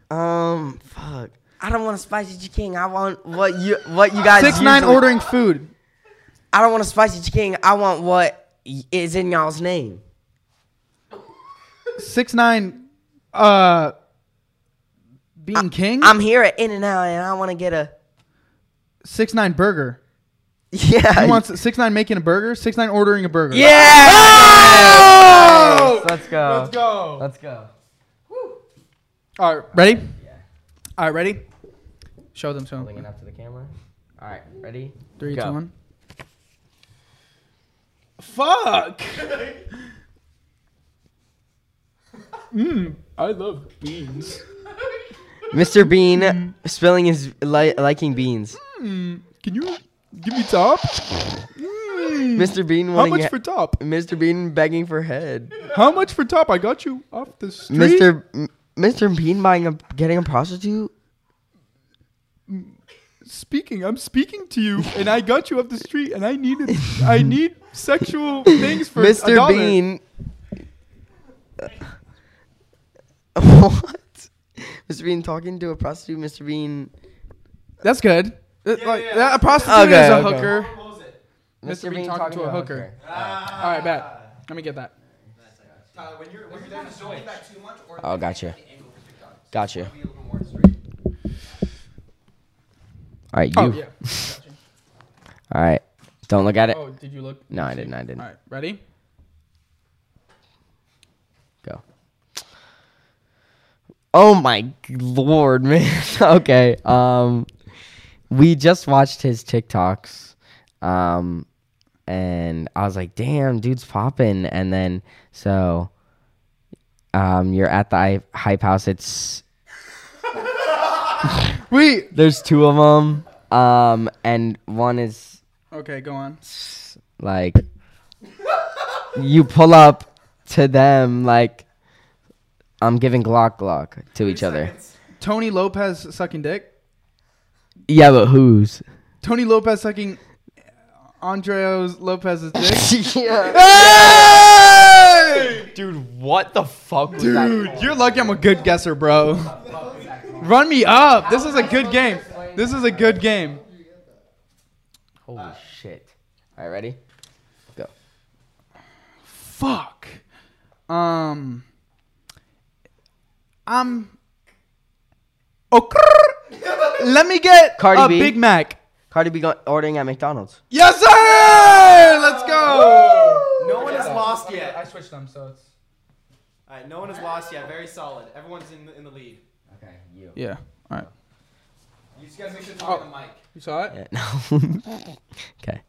Speaker 4: Um. Fuck. I don't want a spicy chicken. I want what you what you guys.
Speaker 2: Six nine
Speaker 4: usually-
Speaker 2: ordering food.
Speaker 4: I don't want a spicy chicken. I want what y- is in y'all's name.
Speaker 2: Six nine. Uh. Being king.
Speaker 4: I'm here at In and Out, and I want to get a
Speaker 2: six nine burger.
Speaker 4: yeah.
Speaker 2: He wants six nine making a burger. Six nine ordering a burger.
Speaker 4: yeah.
Speaker 1: Let's go. Let's go. Let's go.
Speaker 2: All right. Ready? All right. Ready? Show them. Show them.
Speaker 1: up to the camera. All right, ready?
Speaker 2: Three, two,
Speaker 1: Go.
Speaker 2: one. Fuck. I love beans.
Speaker 1: Mr. Bean spilling his li- liking beans.
Speaker 2: Can you give me top?
Speaker 1: Mr. Bean
Speaker 2: How
Speaker 1: wanting
Speaker 2: much
Speaker 1: he-
Speaker 2: for top?
Speaker 1: Mr. Bean begging for head.
Speaker 2: How much for top? I got you off the street.
Speaker 1: Mr. M- Mr. Bean buying a getting a prostitute.
Speaker 2: Speaking, I'm speaking to you, and I got you off the street, and I needed, I need sexual things for a
Speaker 1: Mr.
Speaker 2: dollar.
Speaker 1: Bean. what? Mr. Bean talking to a prostitute. Mr. Bean.
Speaker 2: That's good. Uh, like,
Speaker 3: yeah.
Speaker 2: that- a prostitute
Speaker 1: Okay,
Speaker 2: is a
Speaker 1: okay.
Speaker 2: hooker.
Speaker 3: Close it.
Speaker 2: Mr. Bean talking to a hooker. All right,
Speaker 1: Ah.
Speaker 2: bet. Let me get that.
Speaker 3: Tyler, when you're, when you're done, don't do that too much or
Speaker 1: Oh, gotcha. Gotcha.
Speaker 3: be a little more straight.
Speaker 1: All right, you.
Speaker 2: Oh yeah.
Speaker 1: All right. Don't look at it.
Speaker 2: Oh, did you look?
Speaker 1: No, I didn't. I didn't.
Speaker 2: All right, ready?
Speaker 1: Go. Oh my lord, man. okay. Um we just watched his TikToks. Um and I was like, "Damn, dude's popping." And then so um you're at the I- hype house. It's
Speaker 2: Wait.
Speaker 1: there's two of them. Um and one is
Speaker 2: Okay, go on.
Speaker 1: like you pull up to them like I'm giving Glock Glock to each other.
Speaker 2: Tony Lopez sucking dick.
Speaker 1: Yeah, but who's?
Speaker 2: Tony Lopez sucking Andreas Lopez's dick.
Speaker 1: Dude, what the fuck was
Speaker 2: Dude, you're lucky I'm a good guesser, bro. Run me up. This is a good game. This is a good game.
Speaker 1: Holy shit. Alright, ready? Go.
Speaker 2: Fuck. Um. I'm. Oh. crrr. Let me get
Speaker 6: Cardi
Speaker 2: a
Speaker 6: B.
Speaker 2: Big Mac.
Speaker 6: Cardi B go- ordering at McDonald's.
Speaker 2: Yes, sir. Let's go.
Speaker 3: No one has lost yet.
Speaker 2: switched them, so it's.
Speaker 3: All right, no one has lost yet. Very solid. Everyone's in the, in the lead.
Speaker 1: Okay, you.
Speaker 2: Yeah. All right.
Speaker 3: You just gotta make sure to
Speaker 2: Oh.
Speaker 3: talk on the mic.
Speaker 2: You saw it.
Speaker 1: No. okay.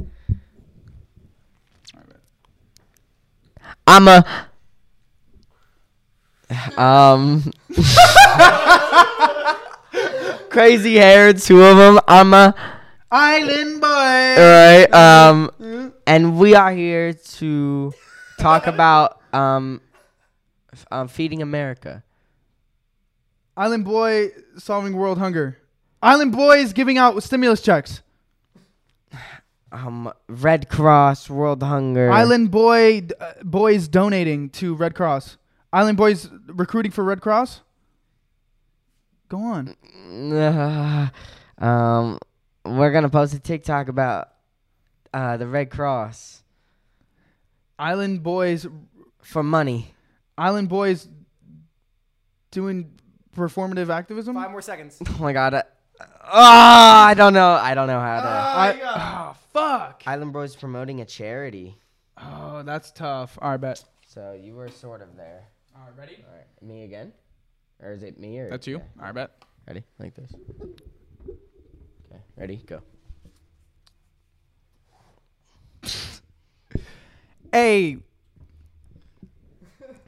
Speaker 1: I'm a. Um. crazy hair, two of them. I'm a.
Speaker 2: Island boy.
Speaker 6: Uh.
Speaker 1: Alright,
Speaker 2: Mm-hmm.
Speaker 1: um. And we are here to talk about, um. f- Um, feeding America.
Speaker 2: Island boy solving world hunger. Island boy is giving out stimulus checks.
Speaker 1: Um, Red Cross, World Hunger.
Speaker 2: Island boy d- uh, boys donating to Red Cross. Island boys recruiting for Red Cross. Go on.
Speaker 1: Uh, um, we're gonna post a TikTok about uh, the Red Cross
Speaker 2: Island boys
Speaker 1: for money.
Speaker 2: Island boys doing performative activism.
Speaker 3: Five more seconds.
Speaker 1: Oh my god. Uh, ah, I don't know. I don't know how to.
Speaker 2: Ah, fuck.
Speaker 1: Island Bros promoting a charity.
Speaker 2: Oh, that's tough. All right, bet.
Speaker 1: So you were sort of there.
Speaker 2: All right, ready?
Speaker 1: All right, me again, or is it me or?
Speaker 2: That's you.
Speaker 1: okay.
Speaker 2: All right, bet.
Speaker 1: Ready? Like this. Okay. Ready? Go.
Speaker 2: Hey,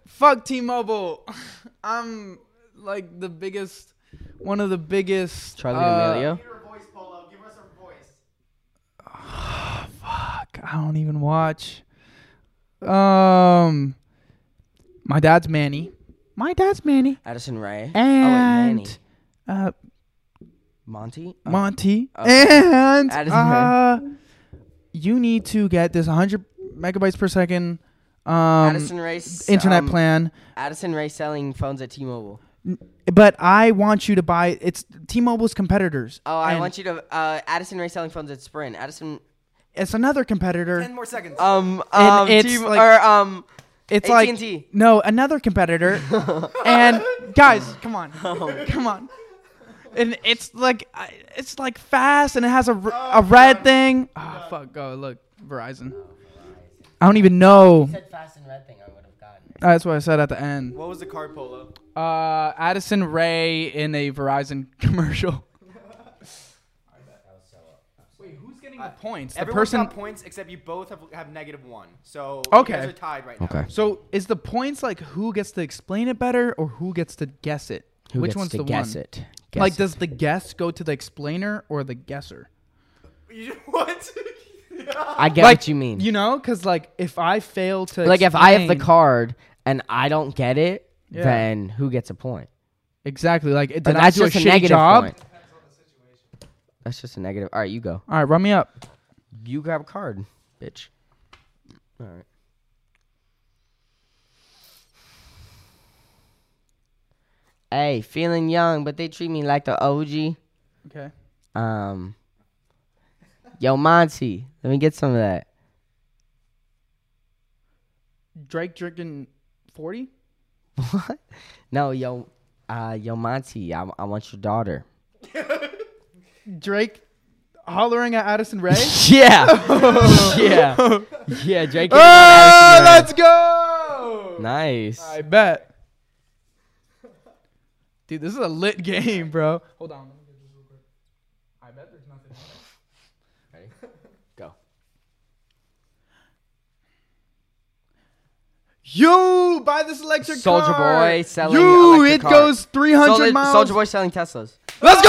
Speaker 2: fuck T-Mobile. I'm like the biggest, one of the biggest.
Speaker 1: Charlie
Speaker 2: uh,
Speaker 1: D'Amelio.
Speaker 3: Give her a voice, Polo. Give us a voice.
Speaker 2: Fuck, uh, I don't even watch. Um, my dad's Manny. My dad's Manny.
Speaker 1: Addison Ray. oh, wait,
Speaker 2: And
Speaker 1: Manny.
Speaker 2: uh,
Speaker 1: Monty.
Speaker 2: Mm,
Speaker 1: Oh,
Speaker 2: Monty.
Speaker 1: okay.
Speaker 2: And
Speaker 1: That is
Speaker 2: uh, you need to get this 100 megabytes per second um,
Speaker 1: Addison Ray. s-
Speaker 2: internet
Speaker 1: um,
Speaker 2: plan.
Speaker 1: Addison Ray selling phones at T-Mobile.
Speaker 2: But I want you to buy it's T-Mobile's competitors.
Speaker 1: Oh, I want you to. Uh, Addison Ray selling phones at Sprint. Addison.
Speaker 2: It's another competitor.
Speaker 3: Ten more seconds.
Speaker 2: Uh,
Speaker 1: Um.
Speaker 2: And
Speaker 1: Um.
Speaker 2: it's
Speaker 1: T-
Speaker 2: like-
Speaker 1: or um.
Speaker 2: it's
Speaker 1: AT&T.
Speaker 2: like no, another competitor. and guys, come on,
Speaker 1: Oh.
Speaker 2: come on. And it's like I- it's like fast, and it has a, r- a red thing. Ah, fuck. Go look, Verizon. I don't even know.
Speaker 1: Said fast and red thing. I would have gotten. It.
Speaker 2: That's what I said at the end.
Speaker 3: what was the card, Polo?
Speaker 2: Uh, Addison Ray in a Verizon commercial. Wait, who's getting the points? The
Speaker 3: Everyone's
Speaker 2: person.
Speaker 3: got points except you both have, have negative one. So
Speaker 2: Okay.
Speaker 3: you guys are tied right now.
Speaker 2: So is the points like who gets to explain it better or who gets to guess it?
Speaker 1: Who
Speaker 2: Which
Speaker 1: gets
Speaker 2: one's
Speaker 1: to
Speaker 2: the
Speaker 1: guess
Speaker 2: one?
Speaker 1: it?
Speaker 2: like,
Speaker 1: Guess
Speaker 2: does the guess go to the explainer or the guesser?
Speaker 3: You, what?
Speaker 1: I get
Speaker 2: like
Speaker 1: what you mean.
Speaker 2: You know, because like if I fail to
Speaker 1: like if I have the
Speaker 2: explain-
Speaker 1: card and I don't get it,
Speaker 2: Yeah.
Speaker 1: then who gets a point?
Speaker 2: exactly. Like did
Speaker 1: But
Speaker 2: I do a shitty job?
Speaker 1: point. That's just a negative. All right, you go.
Speaker 2: All right, run me up.
Speaker 1: You grab a card, bitch. All right. Hey, feeling young, but they treat me like the OG.
Speaker 2: Okay.
Speaker 1: Um, yo, Monty, let me get some of that.
Speaker 2: Drake drinking forty.
Speaker 1: What? No, yo, uh, yo, Monty, I, I want your daughter.
Speaker 2: Drake hollering at Addison Ray.
Speaker 1: Yeah, yeah, yeah, Drake. Ah!
Speaker 2: oh, let's go!
Speaker 1: nice.
Speaker 2: I bet. Dude, this is a lit game, bro. Hold on. Let me get this real quick. I bet there's nothing.
Speaker 1: Ready? Go.
Speaker 2: You buy this electric
Speaker 1: Soldier
Speaker 2: car.
Speaker 1: Boy selling
Speaker 2: You,
Speaker 1: electric
Speaker 2: it
Speaker 1: car.
Speaker 2: goes 300 miles.
Speaker 1: Soldier Boy selling Teslas.
Speaker 2: Let's go!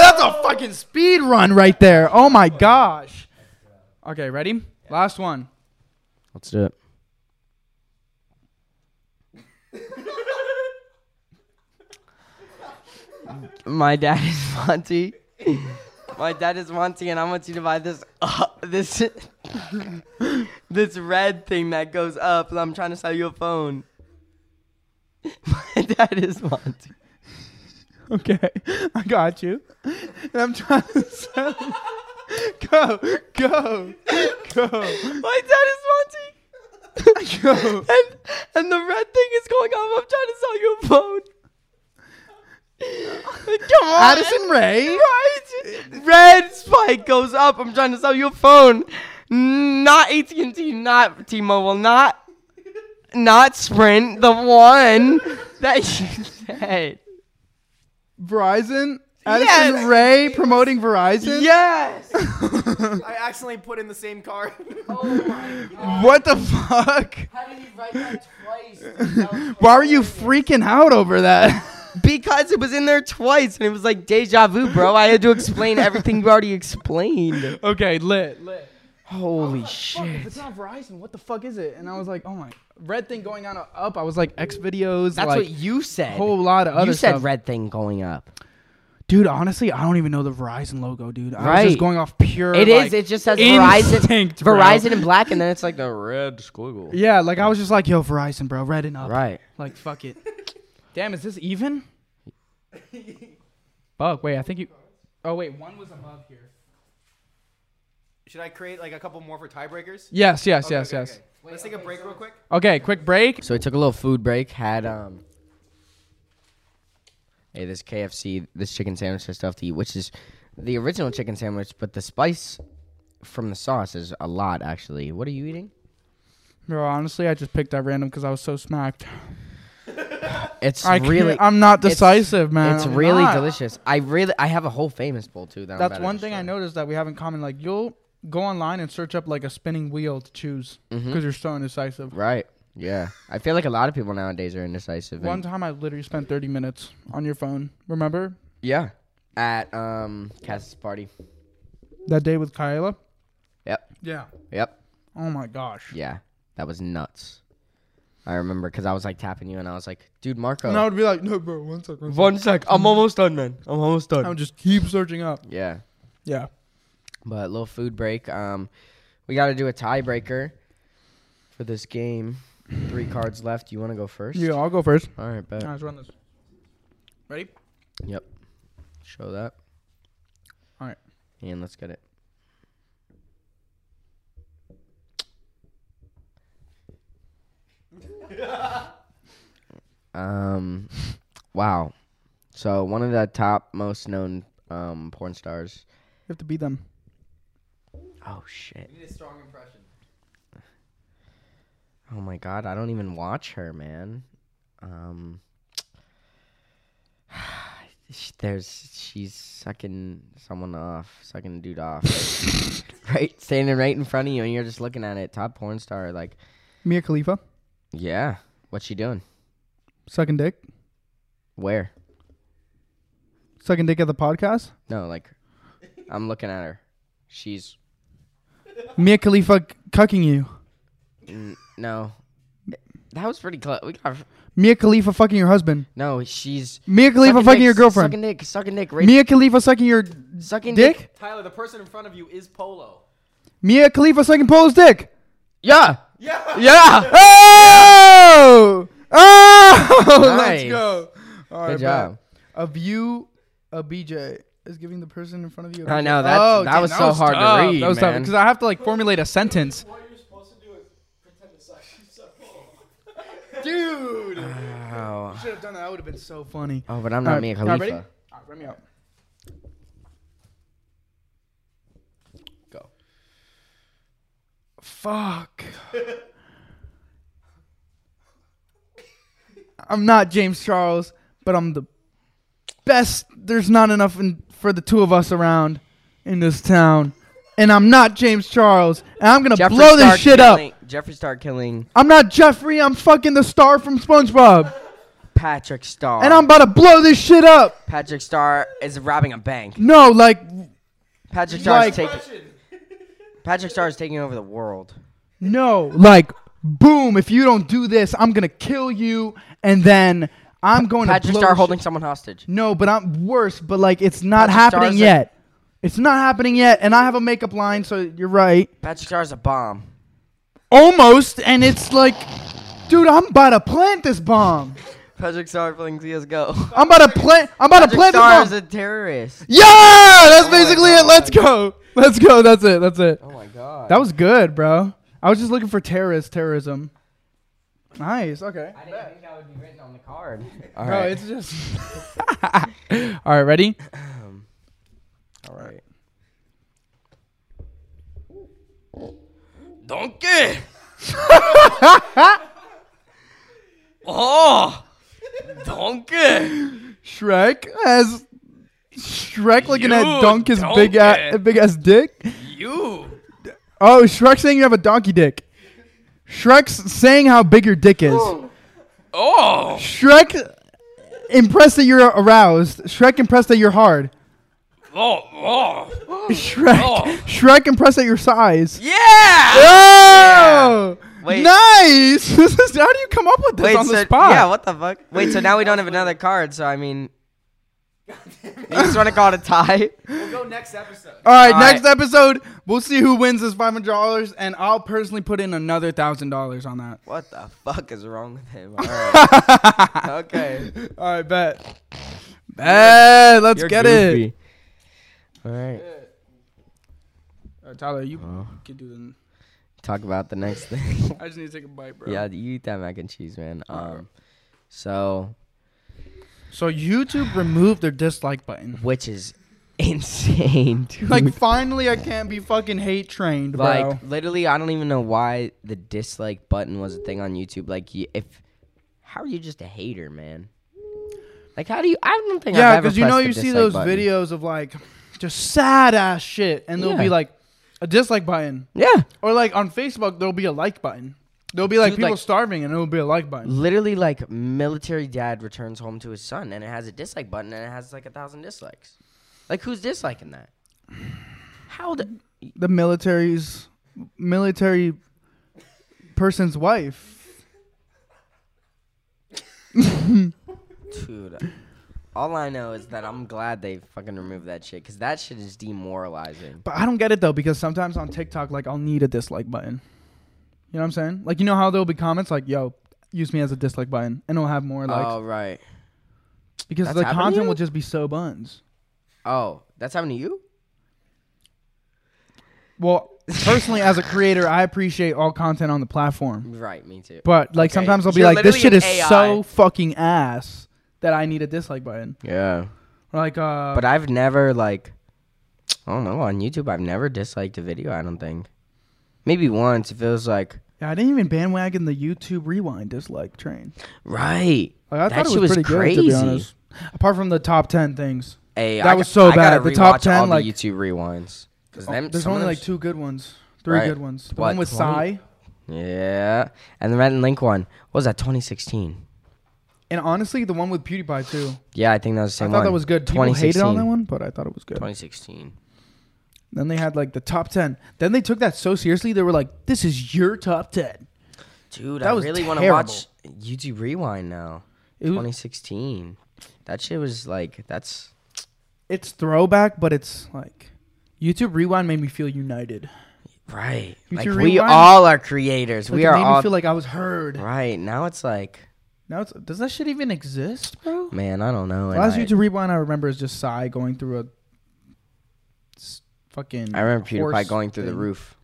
Speaker 2: That's a fucking speed run right there. Oh my gosh. Okay, ready? Last one.
Speaker 1: Let's do it. My dad is Monty. My dad is Monty, and I want you to buy this up this this red thing that goes up. And I'm trying to sell you a phone. My dad is Monty.
Speaker 2: Okay, I got you. And I'm trying to sell. Go, go, go,
Speaker 1: My dad is Monty.
Speaker 2: go.
Speaker 1: and and the red thing is going up. I'm trying to sell you a phone. Come on,
Speaker 2: Addison Ray.
Speaker 1: Right? Red spike goes up. I'm trying to sell you a phone. Not AT&T, not T-Mobile, not not Sprint, the one that you said.
Speaker 2: Verizon. Addison
Speaker 1: Yes.
Speaker 2: Ray promoting Verizon.
Speaker 1: Yes.
Speaker 3: I accidentally put in the same card.
Speaker 2: What the fuck?
Speaker 1: How did you write that twice?
Speaker 2: Why were you freaking out over that?
Speaker 1: Because it was in there twice, and it was like deja vu, bro. I had to explain everything you already explained.
Speaker 2: okay, lit, lit.
Speaker 1: Holy
Speaker 2: fuck,
Speaker 1: shit.
Speaker 2: if it's not Verizon, what the fuck is it? And I was like, oh my, red thing going on up. I was like, X videos,
Speaker 1: That's
Speaker 2: like
Speaker 1: what you said.
Speaker 2: a whole lot of
Speaker 1: you
Speaker 2: other
Speaker 1: said
Speaker 2: stuff.
Speaker 1: red thing going up.
Speaker 2: dude, honestly, I don't even know the Verizon logo, dude. I was
Speaker 1: Right.
Speaker 2: just going off pure.
Speaker 1: It is.
Speaker 2: like,
Speaker 1: It just says
Speaker 2: instinct,
Speaker 1: Verizon,
Speaker 2: bro.
Speaker 1: Verizon in black, and then it's like the red squiggle.
Speaker 2: Yeah, like I was just like, yo, Verizon, bro, red and up.
Speaker 1: Right.
Speaker 2: Like, fuck it. Damn, is this even? Fuck, wait, I think you. Oh wait, one was above here.
Speaker 3: Should I create like a couple more for tiebreakers?
Speaker 2: Yes, yes, yes,
Speaker 3: Okay,
Speaker 2: yes.
Speaker 3: okay. Let's take a break real quick.
Speaker 2: Okay, quick break.
Speaker 1: So we took a little food break. Had um. Hey, this KFC, this chicken sandwich has stuff to eat, which is the original chicken sandwich, but the spice from the sauce is a lot actually. What are you eating?
Speaker 2: Bro, honestly, I just picked that random because I was so smacked.
Speaker 1: It's
Speaker 2: I
Speaker 1: really.
Speaker 2: really, I'm not
Speaker 1: it's-
Speaker 2: decisive, man.
Speaker 1: It's
Speaker 2: I'm
Speaker 1: really
Speaker 2: not.
Speaker 1: delicious. I really, I have a whole famous bowl too. That I'm about
Speaker 2: That's
Speaker 1: to
Speaker 2: one thing I
Speaker 1: destroy.
Speaker 2: noticed that we have in common. Like, you'll go online and search up like a spinning wheel to choose because
Speaker 1: Mm-hmm.
Speaker 2: you're so indecisive.
Speaker 1: Right. Yeah. I feel like a lot of people nowadays are indecisive.
Speaker 2: One
Speaker 1: and-
Speaker 2: time, I literally spent 30 minutes on your phone. Remember
Speaker 1: Yeah. At um Cass's party.
Speaker 2: that day with Kyla?
Speaker 1: Yep.
Speaker 2: Yeah.
Speaker 1: Yep.
Speaker 2: Oh my gosh.
Speaker 1: Yeah. That was nuts. I remember because I was like tapping you and I was like, dude, Marco.
Speaker 2: And I would be like, no, bro, one second. One second.
Speaker 1: One sec. I'm almost done, man. I'm almost
Speaker 2: I
Speaker 1: done.
Speaker 2: would just keep searching up.
Speaker 1: Yeah.
Speaker 2: Yeah.
Speaker 1: But little food break. Um, we got to do a tiebreaker for this game. Three cards left. You want to go first?
Speaker 2: Yeah, I'll go first.
Speaker 1: All right, bet.
Speaker 2: Let's run this. Ready?
Speaker 1: Yep. Show that.
Speaker 2: All right.
Speaker 1: And let's get it. um, wow. So one of the top most known um porn stars.
Speaker 2: You have to beat them.
Speaker 1: Oh shit.
Speaker 3: need a strong impression.
Speaker 1: Oh my god, I don't even watch her, man. Um sh- there's she's sucking someone off, sucking a dude off. right? right? Standing right in front of you and you're just looking at it. Top porn star like,
Speaker 2: Mia Khalifa,
Speaker 1: yeah, what's she doing?
Speaker 2: sucking dick.
Speaker 1: Where?
Speaker 2: Sucking dick at the podcast.
Speaker 1: No, like I'm looking at her. She's
Speaker 2: Mia Khalifa c- cucking you.
Speaker 1: n- no. That was pretty close. We got
Speaker 2: Mia Khalifa fucking your husband.
Speaker 1: no. She's
Speaker 2: Mia Khalifa
Speaker 1: sucking
Speaker 2: fucking
Speaker 1: dick,
Speaker 2: your girlfriend.
Speaker 1: Sucking dick. Sucking dick. Right,
Speaker 2: Mia Khalifa sucking your
Speaker 1: sucking
Speaker 2: dick?
Speaker 1: dick.
Speaker 3: Tyler, the person in front of you is Polo.
Speaker 2: Mia Khalifa sucking Polo's dick.
Speaker 1: Yeah.
Speaker 3: Yeah.
Speaker 1: Yeah.
Speaker 2: Oh! Oh! Let's
Speaker 1: Nice.
Speaker 2: go. All right,
Speaker 1: Good
Speaker 2: bro.
Speaker 1: job.
Speaker 2: A view, a BJ is giving the person in front of you. a
Speaker 1: I
Speaker 2: BJ.
Speaker 1: know, that's- that was so hard to
Speaker 2: tough.
Speaker 1: read,
Speaker 2: That was
Speaker 1: man.
Speaker 2: because I have to like formulate a sentence. Dude,
Speaker 1: Oh.
Speaker 2: should have done that. That would have been so funny.
Speaker 1: Oh, but I'm not Mia Khalifa.
Speaker 2: ready? All right, me out.
Speaker 1: Go.
Speaker 2: Fuck. I'm not James Charles, but but I'm the best. There's not enough in, for the two of us around in this town. And I'm not James Charles. And I'm going to
Speaker 1: Jeffree Star
Speaker 2: blow this shit
Speaker 1: killing,
Speaker 2: up.
Speaker 1: Jeffree Star killing
Speaker 2: I'm not Jeffrey. I'm fucking the star from SpongeBob.
Speaker 1: Patrick Star.
Speaker 2: And I'm about to blow this shit up.
Speaker 1: Patrick Star is robbing a bank.
Speaker 2: No, like,
Speaker 1: Patrick Star
Speaker 2: Like-
Speaker 1: is taking. Patrick Star is taking over the world.
Speaker 2: no. Like, boom, if you don't do this, I'm going to kill you. And then I'm going to
Speaker 1: Patrick
Speaker 2: blow
Speaker 1: Star
Speaker 2: this
Speaker 1: holding
Speaker 2: shit-
Speaker 1: someone hostage.
Speaker 2: No, but I'm worse. But like, it's not
Speaker 1: Patrick Star
Speaker 2: happening
Speaker 1: is a-
Speaker 2: yet. it's not happening yet. And I have a makeup line, so you're right.
Speaker 1: Patrick Star is a bomb.
Speaker 2: Almost, and it's like, dude, I'm about to plant this bomb.
Speaker 1: Patrick Star playing CS:GO.
Speaker 2: I'm about to plant. I'm about to
Speaker 1: Patrick
Speaker 2: plant this
Speaker 1: Star
Speaker 2: bomb.
Speaker 1: is a terrorist.
Speaker 2: yeah, that's basically it. Let's go. Let's go. That's it. That's it.
Speaker 1: Oh my god.
Speaker 2: That was good, bro. I was just looking for terrorist terrorism. Nice. Okay.
Speaker 1: I didn't think that would be written on the card. All
Speaker 2: Bro,
Speaker 1: right.
Speaker 2: it's just. All right, ready?
Speaker 1: All right.
Speaker 2: Shrek as Shrek looking at Dunk his big ass, big ass dick. You. Oh, Shrek saying you have a donkey dick. Shrek's saying how big your dick is. Oh. Shrek impressed that you're aroused. Shrek impressed that you're hard. Oh, Shrek. Shrek impressed at your size. Yeah. Oh.
Speaker 1: Wait.
Speaker 2: Nice. This is- how do you come up with this on
Speaker 1: so,
Speaker 2: the spot?
Speaker 1: Yeah, what the fuck? Wait, so now we don't have another card, so I mean. You just want to call it a tie?
Speaker 3: We'll go next episode.
Speaker 2: All right,
Speaker 1: All
Speaker 2: next
Speaker 1: right.
Speaker 2: episode, we'll see who wins this five hundred dollars, and I'll personally put in another thousand dollars on that.
Speaker 1: What the fuck is wrong with him? All right. okay.
Speaker 2: All right, bet. Bet. Let's get it.
Speaker 1: All right.
Speaker 2: All right, Uh, Tyler, you
Speaker 1: Uh-huh.
Speaker 2: can do the.
Speaker 1: Talk about the next thing.
Speaker 2: I just need to take a bite, bro.
Speaker 1: yeah, you eat that mac and cheese, man. Um, so
Speaker 2: So YouTube removed their dislike button.
Speaker 1: which is insane, dude.
Speaker 2: Like, finally, I can't be fucking hate trained, bro.
Speaker 1: Like literally, I don't even know why the dislike button was a thing on YouTube. Like, you, if how are you just a hater, man? Like, how do you? I don't think.
Speaker 2: yeah,
Speaker 1: I've ever
Speaker 2: you
Speaker 1: pressed
Speaker 2: know
Speaker 1: the
Speaker 2: you see
Speaker 1: dislike
Speaker 2: those
Speaker 1: button.
Speaker 2: videos of like just sad ass shit, and there'll be
Speaker 1: Yeah.
Speaker 2: like a dislike button,
Speaker 1: Yeah,
Speaker 2: or like on Facebook there'll be a like button. There'll be like
Speaker 1: Dude,
Speaker 2: people
Speaker 1: like-
Speaker 2: starving, and it'll be a like button.
Speaker 1: literally, like military dad returns home to his son, and it has a dislike button, and it has like a thousand dislikes. Like, who's disliking that? How the
Speaker 2: the military's military person's wife.
Speaker 1: dude? All I know is that I'm glad they fucking removed that shit because that shit is demoralizing.
Speaker 2: But I don't get it though because sometimes on TikTok, like I'll need a dislike button. You know what I'm saying? Like you know how there'll be comments like, "Yo, use me as a dislike button," and it'll have more likes
Speaker 1: oh right.
Speaker 2: because
Speaker 1: that's
Speaker 2: the
Speaker 1: happened to
Speaker 2: content
Speaker 1: you?
Speaker 2: will just be so buns.
Speaker 1: Oh, that's happening to you.
Speaker 2: Well, personally, as a creator, I appreciate all content on the platform,
Speaker 1: Right, me too.
Speaker 2: but like
Speaker 1: Okay.
Speaker 2: sometimes I'll be
Speaker 1: You're
Speaker 2: like, "This shit
Speaker 1: literally
Speaker 2: is
Speaker 1: an
Speaker 2: so
Speaker 1: AI.
Speaker 2: fucking ass." That I need a dislike button.
Speaker 1: Yeah.
Speaker 2: Or like, uh,
Speaker 1: But I've never like I don't know, on YouTube I've never disliked a video, I don't think. Maybe once if it was like
Speaker 2: yeah, I didn't even bandwagon the YouTube rewind dislike train.
Speaker 1: right.
Speaker 2: Like, I
Speaker 1: that
Speaker 2: thought
Speaker 1: shit
Speaker 2: it was, pretty
Speaker 1: crazy.
Speaker 2: good, to be honest. Apart from the top 10 things.
Speaker 1: Hey,
Speaker 2: That
Speaker 1: I
Speaker 2: was
Speaker 1: got-
Speaker 2: so
Speaker 1: I gotta
Speaker 2: bad. The top
Speaker 1: rewatch all
Speaker 2: 10, like-
Speaker 1: the YouTube rewinds. 'Cause
Speaker 2: Oh,
Speaker 1: them-
Speaker 2: There's
Speaker 1: some of
Speaker 2: only
Speaker 1: them
Speaker 2: like
Speaker 1: s-
Speaker 2: two good ones. Three
Speaker 1: Right.
Speaker 2: good ones. The
Speaker 1: What,
Speaker 2: one with
Speaker 1: 20?
Speaker 2: Psy.
Speaker 1: Yeah. And the Red and Link one. What was that, twenty sixteen?
Speaker 2: And honestly, the one with PewDiePie, too.
Speaker 1: Yeah, I think that was the
Speaker 2: I
Speaker 1: same
Speaker 2: thought
Speaker 1: one.
Speaker 2: that was good. People hated on that
Speaker 1: 2016.
Speaker 2: one, but I thought it was good.
Speaker 1: Twenty sixteen.
Speaker 2: Then they had like the top 10. Then they took that so seriously, they were like, this is your top 10.
Speaker 1: Dude,
Speaker 2: That
Speaker 1: I
Speaker 2: was
Speaker 1: really want to
Speaker 2: terrible.
Speaker 1: watch YouTube Rewind now.
Speaker 2: It was-
Speaker 1: 2016. That shit was like that's
Speaker 2: It's throwback, but it's like YouTube Rewind made me feel united.
Speaker 1: right. Like
Speaker 2: YouTube
Speaker 1: we
Speaker 2: Rewind?
Speaker 1: all are creators.
Speaker 2: Like,
Speaker 1: we
Speaker 2: it
Speaker 1: are
Speaker 2: made
Speaker 1: all
Speaker 2: me feel like I was heard.
Speaker 1: right now. It's like
Speaker 2: Now it's, does that shit even exist, bro?
Speaker 1: man, I don't know.
Speaker 2: The
Speaker 1: and
Speaker 2: last
Speaker 1: I,
Speaker 2: YouTube rewind I remember is just Psy going through a s- fucking.
Speaker 1: I remember PewDiePie
Speaker 2: horse
Speaker 1: going through the
Speaker 2: thing.
Speaker 1: roof.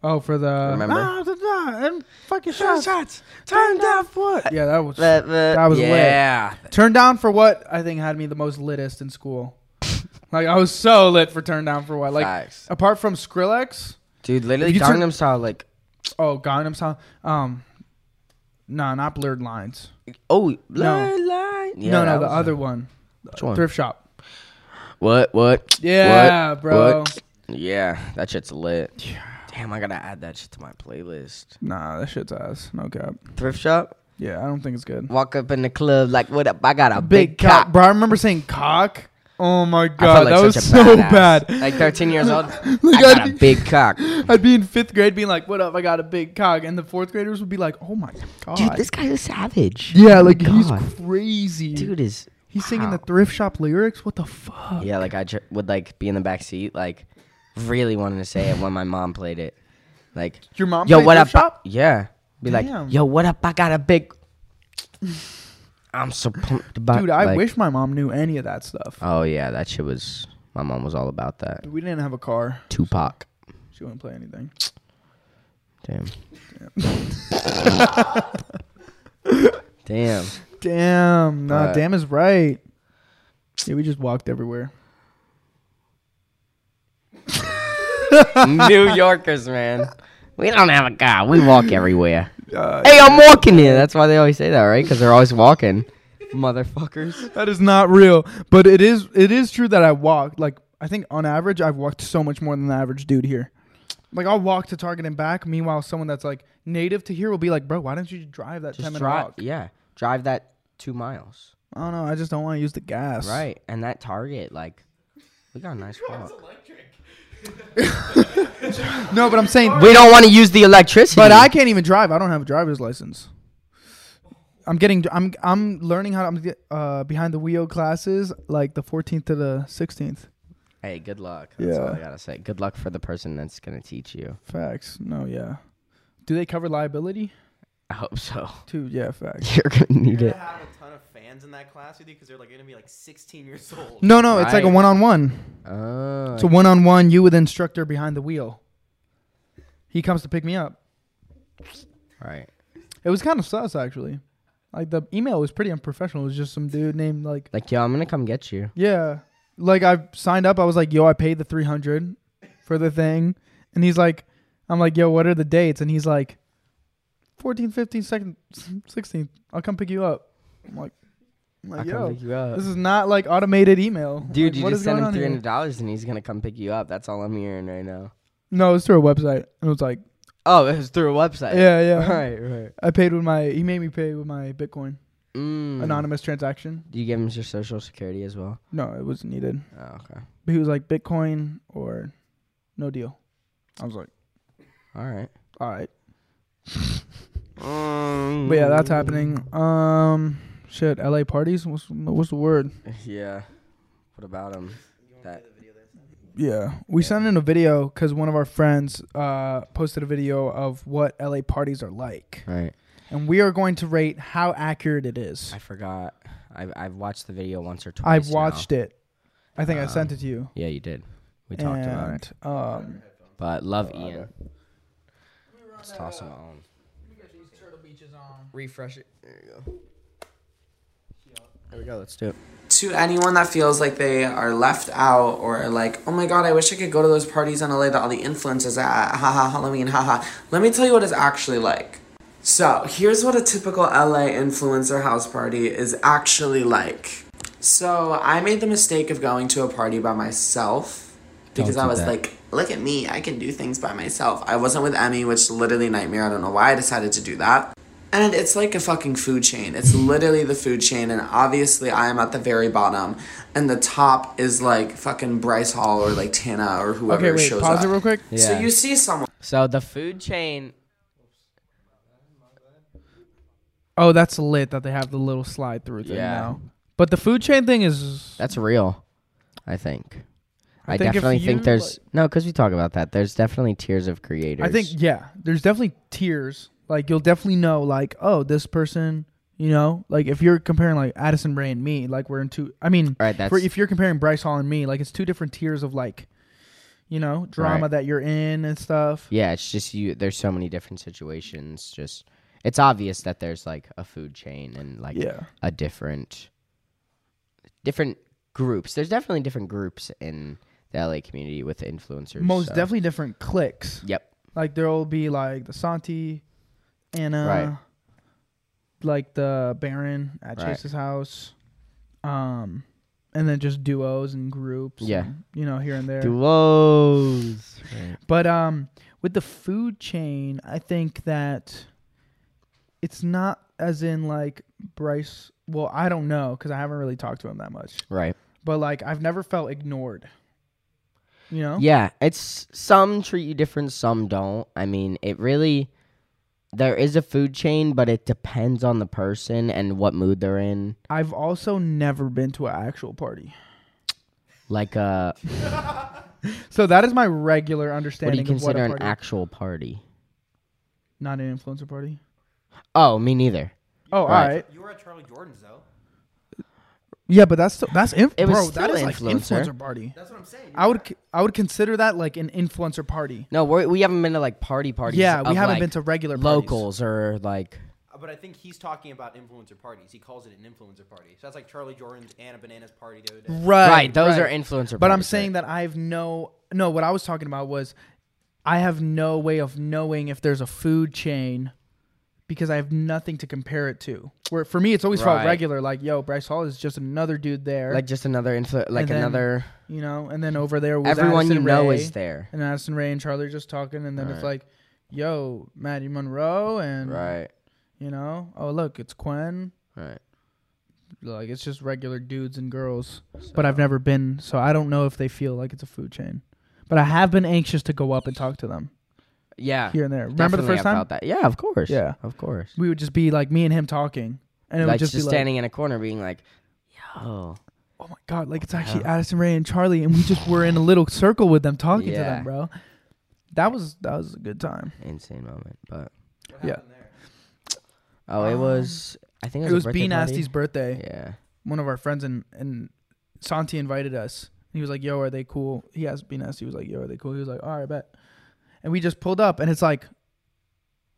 Speaker 2: Oh, for the
Speaker 1: Remember?
Speaker 2: Ah, da, da, and fucking shots.
Speaker 1: Shots, turn down what?
Speaker 2: Yeah, that was
Speaker 1: That, that,
Speaker 2: That was lit.
Speaker 1: yeah.
Speaker 2: turn down for what I think had me the most litest in school. like I was so lit for turn down for what. Like
Speaker 1: Facts.
Speaker 2: apart from Skrillex,
Speaker 1: Dude, literally
Speaker 2: you turn-
Speaker 1: Gangnam Style. Like
Speaker 2: oh Gangnam Style, um, No, not blurred lines.
Speaker 1: Oh,
Speaker 2: No.
Speaker 1: lie, lie. Yeah,
Speaker 2: no,
Speaker 1: that
Speaker 2: no, the
Speaker 1: was-
Speaker 2: other one.
Speaker 1: Which one?
Speaker 2: Thrift shop.
Speaker 1: What? What?
Speaker 2: Yeah,
Speaker 1: what,
Speaker 2: bro.
Speaker 1: what? Yeah, that shit's lit. Damn, I gotta add that shit to my playlist.
Speaker 2: Nah, that shit's ass. No cap.
Speaker 1: Thrift shop.
Speaker 2: Yeah, I don't think it's good.
Speaker 1: Walk up in the club like, what up? I got a big,
Speaker 2: Big,
Speaker 1: cock.
Speaker 2: cock, bro. I remember saying cock. Oh my
Speaker 1: I felt
Speaker 2: god, that
Speaker 1: like
Speaker 2: was
Speaker 1: such
Speaker 2: so
Speaker 1: a badass.
Speaker 2: bad.
Speaker 1: Like 13 years old, I
Speaker 2: Like,
Speaker 1: got
Speaker 2: I'd
Speaker 1: a
Speaker 2: be-
Speaker 1: big cock.
Speaker 2: I'd be in fifth grade being like, "What up? I got a big cock," and the fourth graders would be like, "Oh my god,
Speaker 1: Dude, this guy's a savage.
Speaker 2: yeah, like he's
Speaker 1: God.
Speaker 2: crazy,
Speaker 1: dude is.
Speaker 2: He's singing
Speaker 1: wow.
Speaker 2: the thrift shop lyrics. What the fuck?
Speaker 1: Yeah, like I tr- would like be in the back seat, like really wanting to say it when my mom played it. Like,
Speaker 2: Your mom?
Speaker 1: yo,
Speaker 2: played
Speaker 1: what up?
Speaker 2: thrift shop?
Speaker 1: I- yeah, be
Speaker 2: Damn.
Speaker 1: like, yo, what up? I got a big. I'm so pumped about.
Speaker 2: Dude, I
Speaker 1: like-
Speaker 2: wish my mom knew any of that stuff.
Speaker 1: Oh yeah, that shit was. My mom was all about that.
Speaker 2: we didn't have a car.
Speaker 1: Tupac.
Speaker 2: She wouldn't play anything.
Speaker 1: Damn. Damn.
Speaker 2: Damn, nah,
Speaker 1: But-
Speaker 2: damn is right. Yeah, we just walked everywhere.
Speaker 1: New Yorkers, man. We don't have a car. We walk everywhere.
Speaker 2: Uh,
Speaker 1: hey, I'm walking here. That's why they always say that, right? Because they're always walking. Motherfuckers.
Speaker 2: That is not real, but it is. It is true that I walked. Like I think on average, I've walked so much more than the average dude here. Like I'll walk to Target and back. Meanwhile, someone that's like native to here will be like, "Bro, why don't you drive that ten
Speaker 1: Just
Speaker 2: minute
Speaker 1: drive.
Speaker 2: walk?"
Speaker 1: Yeah, drive that two miles.
Speaker 2: I don't know. I just don't want to use the gas.
Speaker 1: Right, and that Target, like, we got a nice walk.
Speaker 2: No, but I'm saying,
Speaker 1: We don't want to use the electricity.
Speaker 2: but I can't even drive. I don't have a driver's license. I'm getting. I'm. I'm learning how. I'm get, uh, behind the wheel classes, like the 14th to the 16th.
Speaker 1: Hey, good luck. That's all I
Speaker 2: Yeah.
Speaker 1: gotta say. Good luck for the person that's gonna teach you.
Speaker 2: Facts. No, yeah. Do they cover liability?
Speaker 1: I hope so.
Speaker 2: Too. Yeah, facts.
Speaker 1: You're gonna need
Speaker 3: You're
Speaker 1: it.
Speaker 3: gonna have a ton of fans in that class with you because they're like gonna be like 16 years old.
Speaker 2: No, no, it's like a
Speaker 1: Right.
Speaker 2: one on one.
Speaker 1: Oh,
Speaker 2: It's a one on one, you with instructor behind the wheel. He comes to pick me up.
Speaker 1: right.
Speaker 2: It was kind of sus, actually. Like, the email was pretty unprofessional. It was just some dude named, like,
Speaker 1: Like, yo, I'm gonna come get you.
Speaker 2: yeah. Like, I signed up. I was like, yo, I paid the 300 for the thing. And he's like, I'm like, yo, what are the dates? And he's like, 14, 15, second, 16th. I'll come pick you up. I'm like, I'm
Speaker 1: I'll
Speaker 2: like
Speaker 1: come
Speaker 2: yo,
Speaker 1: pick you up.
Speaker 2: this is not like automated email.
Speaker 1: Uh, Dude,
Speaker 2: Like,
Speaker 1: you
Speaker 2: what
Speaker 1: just
Speaker 2: is
Speaker 1: sent
Speaker 2: going
Speaker 1: him
Speaker 2: on
Speaker 1: three
Speaker 2: here?
Speaker 1: hundred dollars and he's gonna come pick you up. That's all I'm hearing right now.
Speaker 2: No, it was through a website. And it was like,
Speaker 1: Oh, it was through a website.
Speaker 2: yeah, yeah.
Speaker 1: Right, right.
Speaker 2: I paid with my. He made me pay with my Bitcoin
Speaker 1: Mm.
Speaker 2: anonymous transaction.
Speaker 1: Do you give him your social security as well?
Speaker 2: No, it wasn't needed.
Speaker 1: Oh, okay.
Speaker 2: But he was like Bitcoin or no deal. I was like,
Speaker 1: All right.
Speaker 2: all right. But yeah,
Speaker 1: Hmm.
Speaker 2: that's happening. Um, shit. LA parties. What's what's the word?
Speaker 1: Yeah. What about him? That
Speaker 2: Yeah, we sent in a video because one of our friends uh posted a video of what LA parties are like,
Speaker 1: right.
Speaker 2: and we are going to rate how accurate it is.
Speaker 1: I forgot. I've I've watched the video once or twice.
Speaker 2: I've watched it. I think I sent it to you.
Speaker 1: Yeah, you did. Um, We talked about it.
Speaker 2: And, Um,
Speaker 1: But love Ian. Let's toss him on.
Speaker 6: Refresh it. There you go.
Speaker 1: There we go. Let's do it.
Speaker 7: to anyone that feels like they are left out or are like, oh my god, I wish I could go to those parties in LA that all the influencers are at, haha, Halloween, haha. Let me tell you what it's actually like. So, here's what a typical LA influencer house party is actually like. So, I made the mistake of going to a party by myself because
Speaker 1: Don't
Speaker 7: I
Speaker 1: do
Speaker 7: was
Speaker 1: that.
Speaker 7: like, look at me, I can do things by myself. I wasn't with Emmy, which literally nightmare. I don't know why I decided to do that. And it's like a fucking food chain. It's literally the food chain, and obviously I am at the very bottom, and the top is like fucking Bryce Hall or like Tana or whoever
Speaker 2: okay, wait.
Speaker 7: shows
Speaker 2: Pause
Speaker 7: up.
Speaker 2: it real quick.
Speaker 1: Yeah.
Speaker 7: So you see someone.
Speaker 1: so the food chain.
Speaker 2: Oh, that's lit that they have the little slide through thing
Speaker 1: Yeah.
Speaker 2: now. But the food chain thing is
Speaker 1: That's real, I think. I,
Speaker 2: think if
Speaker 1: definitely
Speaker 2: you,
Speaker 1: think there's no, 'cause no, because we talk about that. There's definitely tiers of creators.
Speaker 2: I think yeah, there's definitely tiers. Like you'll definitely know like, oh, this person, you know, like if you're comparing like Addison Ray and me, like we're in two I mean
Speaker 1: Right, that's-
Speaker 2: for- if you're comparing Bryce Hall and me, like it's two different tiers of like you know, drama
Speaker 1: Right.
Speaker 2: that you're in and stuff.
Speaker 1: Yeah, it's just you. There's so many different situations. Just it's obvious that there's like a food chain and like
Speaker 2: Yeah.
Speaker 1: a different, different groups. There's definitely different groups in the LA community with influencers.
Speaker 2: Most
Speaker 1: so-
Speaker 2: definitely different cliques.
Speaker 1: Yep.
Speaker 2: Like there'll be like the Santi, Anna,
Speaker 1: Right.
Speaker 2: like the Baron at
Speaker 1: Right.
Speaker 2: Chase's house, um, and then just duos and groups.
Speaker 1: Yeah.
Speaker 2: and, you know here and there.
Speaker 1: Duos.
Speaker 2: But um, with the food chain, I think that it's not as in like Bryce. Well, I don't know because I haven't really talked to him that much.
Speaker 1: Right.
Speaker 2: But like, I've never felt ignored. You know.
Speaker 1: Yeah, it's some treat you different, some don't. I mean, it really there is a food chain, but it depends on the person and what mood they're in.
Speaker 2: I've also never been to an actual party,
Speaker 1: Like uh
Speaker 2: so that is my regular
Speaker 1: what do
Speaker 2: understanding.
Speaker 1: you consider
Speaker 2: of
Speaker 1: an
Speaker 2: what a party,
Speaker 1: actual party?
Speaker 2: not an influencer party?
Speaker 1: Oh, me neither.
Speaker 2: Oh, all
Speaker 1: Right.
Speaker 2: right.
Speaker 3: You were at Charlie Jordan's though.
Speaker 2: Yeah, but that's still, that's inf-
Speaker 1: It was
Speaker 2: bro.
Speaker 1: still
Speaker 2: that is like
Speaker 1: influencer.
Speaker 2: influencer party.
Speaker 3: That's what I'm saying.
Speaker 2: I would c- I would consider that like an influencer party.
Speaker 1: No, we're, we haven't been to like party parties.
Speaker 2: Yeah, we
Speaker 1: of,
Speaker 2: haven't
Speaker 1: like,
Speaker 2: been to regular parties.
Speaker 1: locals or like
Speaker 3: Uh, But I think he's talking about influencer parties. He calls it an influencer party. So that's like Charlie Jordan's and a bananas party the other day.
Speaker 2: Right,
Speaker 1: Right, those are influencer
Speaker 2: But I'm
Speaker 1: parties,
Speaker 2: saying that I have no no. What I was talking about was I have no way of knowing if there's a food chain because I have nothing to compare it to. Where for me, it's always
Speaker 1: Right.
Speaker 2: felt regular. Like yo, Bryce Hall is just another dude there.
Speaker 1: like just another influ- like
Speaker 2: And then
Speaker 1: another
Speaker 2: you know, and then over there was
Speaker 1: everyone you
Speaker 2: Addison
Speaker 1: know
Speaker 2: Rae,
Speaker 1: is there.
Speaker 2: and Addison Ray and Charlie are just talking, and then it's like. Yo, Maddie Monroe, and
Speaker 1: Right.
Speaker 2: you know, oh look, it's Quinn.
Speaker 1: Right.
Speaker 2: like it's just regular dudes and girls. But I've never been, so I don't know if they feel like it's a food chain. But I have been anxious to go up and talk to them
Speaker 1: Yeah.
Speaker 2: here and there. Remember the
Speaker 1: Definitely
Speaker 2: first
Speaker 1: I
Speaker 2: time
Speaker 1: felt that. Yeah, of course.
Speaker 2: Yeah.
Speaker 1: Of course.
Speaker 2: we would just be like me and him talking, and it
Speaker 1: like
Speaker 2: would
Speaker 1: just,
Speaker 2: just, be
Speaker 1: standing in a corner being like, yo.
Speaker 2: like, "Oh my god, like it's actually Addison Ray and Charlie," and we just were in a little circle with them talking to
Speaker 1: Yeah.
Speaker 2: them, bro. That was that was a good time.
Speaker 1: Insane moment. But
Speaker 2: yeah,
Speaker 1: oh, it was I think it
Speaker 2: Um, it
Speaker 1: was,
Speaker 2: was
Speaker 1: a
Speaker 2: B
Speaker 1: birthday party.
Speaker 2: Nasty's birthday.
Speaker 1: Yeah.
Speaker 2: one of our friends and and Santi invited us. He was like, "Yo, are they cool?" He asked Benes. He was like, "Yo, are they cool?" He was like, "All right, bet." And we just pulled up, and it's like,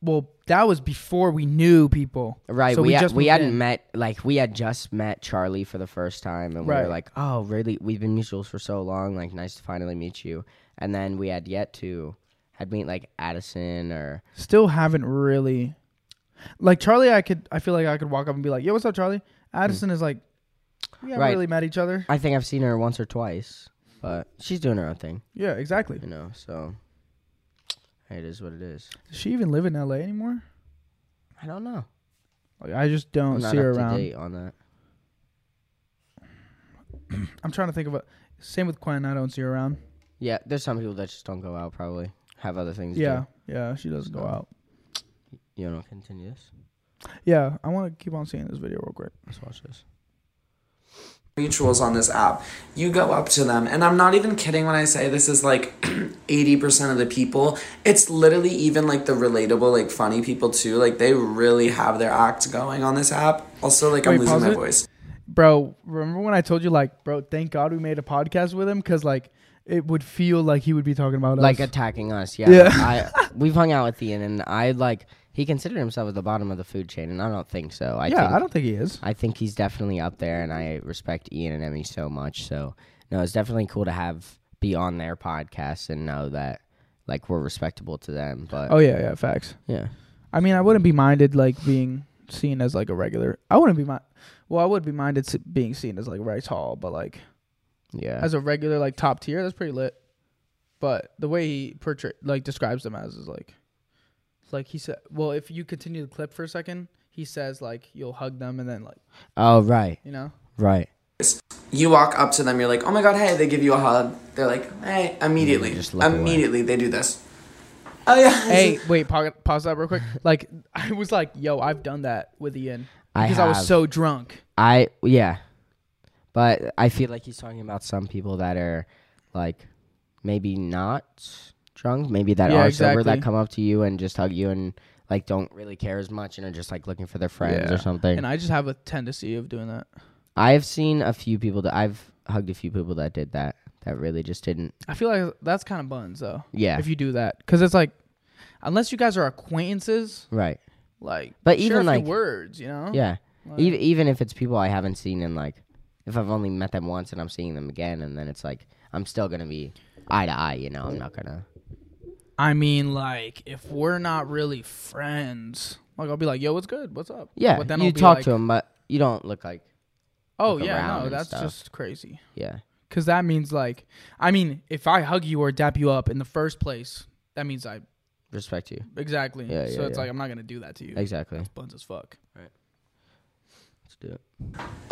Speaker 2: well, that was before we knew people,
Speaker 1: Right.
Speaker 2: So
Speaker 1: we
Speaker 2: we
Speaker 1: had,
Speaker 2: just
Speaker 1: we
Speaker 2: moved
Speaker 1: hadn't
Speaker 2: in.
Speaker 1: met like we had just met Charlie for the first time and we were
Speaker 2: Right.
Speaker 1: like, "Oh, really? We've been mutuals for so long. Like nice to finally meet you." And then we had yet to had meet like Addison or
Speaker 2: Still haven't really, like Charlie. I could, I feel like I could walk up and be like, "Yo, what's up, Charlie?" Addison is like, "We haven't
Speaker 1: Hmm. Right.
Speaker 2: really met each other."
Speaker 1: I think I've seen her once or twice, but she's doing her own thing,
Speaker 2: Yeah, exactly.
Speaker 1: you know. So it is what it is.
Speaker 2: Does she even live in L.A. anymore?
Speaker 1: I don't know.
Speaker 2: Like, I just don't
Speaker 1: I'm not
Speaker 2: see her
Speaker 1: up to
Speaker 2: around.
Speaker 1: date on that.
Speaker 2: I'm trying to think of a. Same with Quinn. I don't see her around.
Speaker 1: Yeah, there's some people that just don't go out. Probably have other things. to
Speaker 2: Yeah,
Speaker 1: do.
Speaker 2: yeah, she doesn't go
Speaker 1: So-
Speaker 2: out.
Speaker 1: you want to continue this?
Speaker 2: Yeah, I want to keep on seeing this video real quick.
Speaker 1: Let's watch this.
Speaker 7: mutuals on this app. You go up to them, and I'm not even kidding when I say this is like 80% of the people. It's literally even like the relatable, like funny people too. Like they really have their act going on this app. Also, like I'm
Speaker 2: Wait,
Speaker 7: losing
Speaker 2: pause
Speaker 7: my
Speaker 2: it.
Speaker 7: voice.
Speaker 2: Bro, remember when I told you, like, bro, thank God we made a podcast with him because, like, it would feel like he would be talking about
Speaker 1: Like
Speaker 2: us.
Speaker 1: attacking us. Yeah.
Speaker 2: Yeah.
Speaker 1: I we've hung out with Ian, and I like he considered himself at the bottom of the food chain, and I don't think so. I
Speaker 2: yeah,
Speaker 1: think,
Speaker 2: I don't think he is.
Speaker 1: I think he's definitely up there, and I respect Ian and Emmy so much. So no, it's definitely cool to have be on their podcast and know that like we're respectable to them. But
Speaker 2: Oh yeah, yeah, facts.
Speaker 1: yeah,
Speaker 2: I mean, I wouldn't be minded like being seen as like a regular. I wouldn't be mind. Well, I would be minded se- being seen as like Rice Hall, but like
Speaker 1: yeah.
Speaker 2: as a regular, like top tier, that's pretty lit. But the way he portray like describes them as is like, like he said. Well, if you continue the clip for a second, he says like you'll hug them and then like
Speaker 1: oh right,
Speaker 2: you know.
Speaker 1: right.
Speaker 7: You walk up to them, you're like, oh my god, hey, they give you a hug. They're like, hey, immediately.
Speaker 1: just look away.
Speaker 7: Immediately, they do this. Oh yeah.
Speaker 2: hey, wait, pause, pause that real quick. Like, I was like, yo, I've done that with Ian
Speaker 1: I
Speaker 2: because I,
Speaker 1: have.
Speaker 2: was so drunk.
Speaker 1: I yeah, but I feel like he's talking about some people that are like maybe not drunk, maybe that
Speaker 2: Yeah,
Speaker 1: are sober
Speaker 2: exactly.
Speaker 1: that come up to you and just hug you and like don't really care as much and are just like looking for their friends or
Speaker 2: Yeah.
Speaker 1: something.
Speaker 2: And I just have a tendency of doing that.
Speaker 1: I, have seen a few people that I've hugged a few people that did that that really just didn't.
Speaker 2: I feel like that's kind of buns, though,
Speaker 1: Yeah,
Speaker 2: if you do that. Because it's like, unless you guys are acquaintances,
Speaker 1: right.
Speaker 2: like,
Speaker 1: But
Speaker 2: share
Speaker 1: even,
Speaker 2: a few
Speaker 1: like-
Speaker 2: words, you know?
Speaker 1: Yeah,
Speaker 2: Like-
Speaker 1: Ev even if it's people I haven't seen in like, if I've only met them once and I'm seeing them again, and then it's like I'm still gonna be eye to eye. You know, I'm not gonna.
Speaker 2: I mean, like, if we're not really friends, Like I'll be like, "Yo, what's good? What's up?"
Speaker 1: Yeah,
Speaker 2: But then
Speaker 1: you
Speaker 2: I'll be
Speaker 1: talk
Speaker 2: like,
Speaker 1: to him, but you don't look like
Speaker 2: Oh
Speaker 1: look
Speaker 2: yeah,
Speaker 1: around
Speaker 2: no,
Speaker 1: and
Speaker 2: that's
Speaker 1: stuff.
Speaker 2: just crazy.
Speaker 1: yeah.
Speaker 2: Cause that means like, I mean, if I hug you or dap you up in the first place, that means I
Speaker 1: Respect you
Speaker 2: exactly.
Speaker 1: Yeah,
Speaker 2: so
Speaker 1: yeah,
Speaker 2: it's
Speaker 1: yeah.
Speaker 2: like I'm not gonna do that to you.
Speaker 1: exactly.
Speaker 2: That's buns as fuck.
Speaker 1: Let's do it.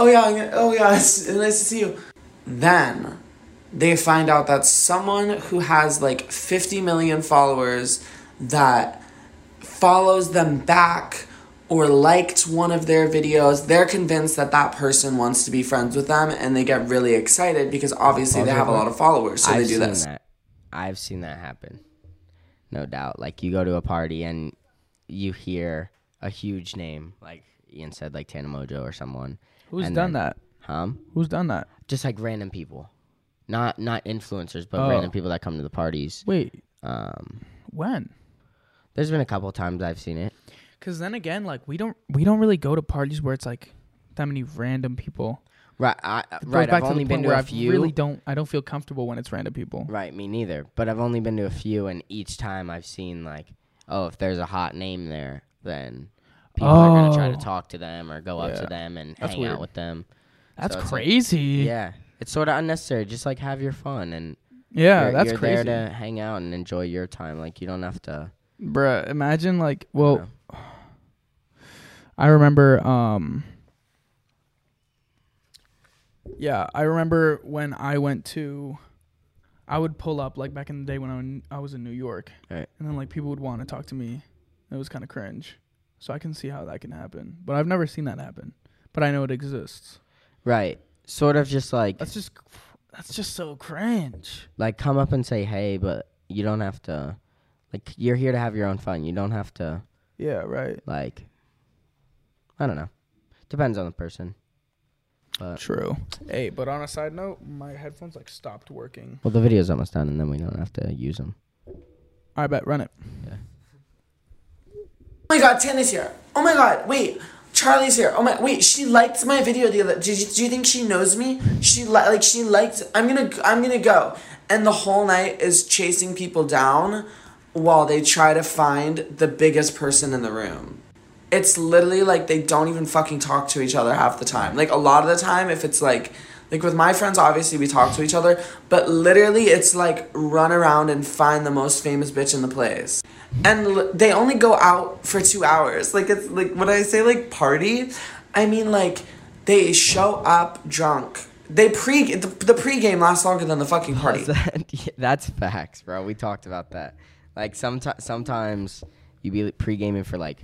Speaker 7: oh yeah, I'm gonna- oh yeah, it's nice to see you. Then they find out that someone who has like 50 million followers that follows them back or liked one of their videos, they're convinced that that person wants to be friends with them and they get really excited because obviously they have a lot of followers, so
Speaker 1: I've
Speaker 7: they do
Speaker 1: seen
Speaker 7: this.
Speaker 1: that. I've seen that happen. No doubt. Like you go to a party and you hear a huge name, like Ian said, like Tana Mojo or someone.
Speaker 2: Who's
Speaker 1: and
Speaker 2: done
Speaker 1: then-
Speaker 2: that?
Speaker 1: Huh?
Speaker 2: Who's done that?
Speaker 1: Just like random people. Not not influencers, but
Speaker 2: Oh.
Speaker 1: random people that come to the parties.
Speaker 2: Wait,
Speaker 1: Um
Speaker 2: when?
Speaker 1: there's been a couple times I've seen it.
Speaker 2: Cause then again, like we don't we don't really go to parties where it's like that many random people.
Speaker 1: Right, I,
Speaker 2: It
Speaker 1: right.
Speaker 2: goes back
Speaker 1: I've only
Speaker 2: to the
Speaker 1: been
Speaker 2: point
Speaker 1: to
Speaker 2: where
Speaker 1: a
Speaker 2: I
Speaker 1: few.
Speaker 2: really don't I don't feel comfortable when it's random people.
Speaker 1: Right, me neither. But I've only been to a few, and each time I've seen like, oh, if there's a hot name there, then people are gonna try to
Speaker 2: Oh.
Speaker 1: talk to them or go up to
Speaker 2: Yeah.
Speaker 1: them and
Speaker 2: That's
Speaker 1: hang out
Speaker 2: weird.
Speaker 1: with them.
Speaker 2: That's
Speaker 1: So it's like-
Speaker 2: crazy.
Speaker 1: Yeah, it's sort of unnecessary. Just like have your fun, and
Speaker 2: Yeah,
Speaker 1: you're,
Speaker 2: that's
Speaker 1: you're
Speaker 2: crazy.
Speaker 1: there to hang out and enjoy your time. Like you don't have to.
Speaker 2: Bruh, imagine like well I remember um Yeah, I remember when I went to I would pull up like back in the day when I, w- I was in New York.
Speaker 1: Right.
Speaker 2: And then like people would want to talk to me. It was kind of cringe. So I can see how that can happen. But I've never seen that happen. But I know it exists.
Speaker 1: Right, sort of just like
Speaker 2: That's just cr- that's just so cringe.
Speaker 1: like come up and say hey, but you don't have to. Like you're here to have your own fun. You don't have to
Speaker 2: Yeah, right.
Speaker 1: like. I don't know. Depends on the person. But
Speaker 2: True. Hey, but on a side note, my headphones like stopped working.
Speaker 1: Well, the video's almost done, and then we don't have to use them.
Speaker 2: I bet run it.
Speaker 7: Oh my god, Tana's here. Oh my god, wait. Charlie's here. Oh my, wait. She liked my video the other. Do you, do you think she knows me? She li- like she liked. I'm gonna I'm gonna go. And the whole night is chasing people down, while they try to find the biggest person in the room. It's literally like they don't even fucking talk to each other half the time. Like a lot of the time, if it's like like with my friends, obviously we talk to each other, but literally it's like run around and find the most famous bitch in the place and l- they only go out for two hours. Like it's like when I say like party, I mean like they show up drunk. They pre the, the pregame lasts longer than the fucking party.
Speaker 1: That's facts, bro. We talked about that. Like sometimes, sometimes you be pre-gaming for like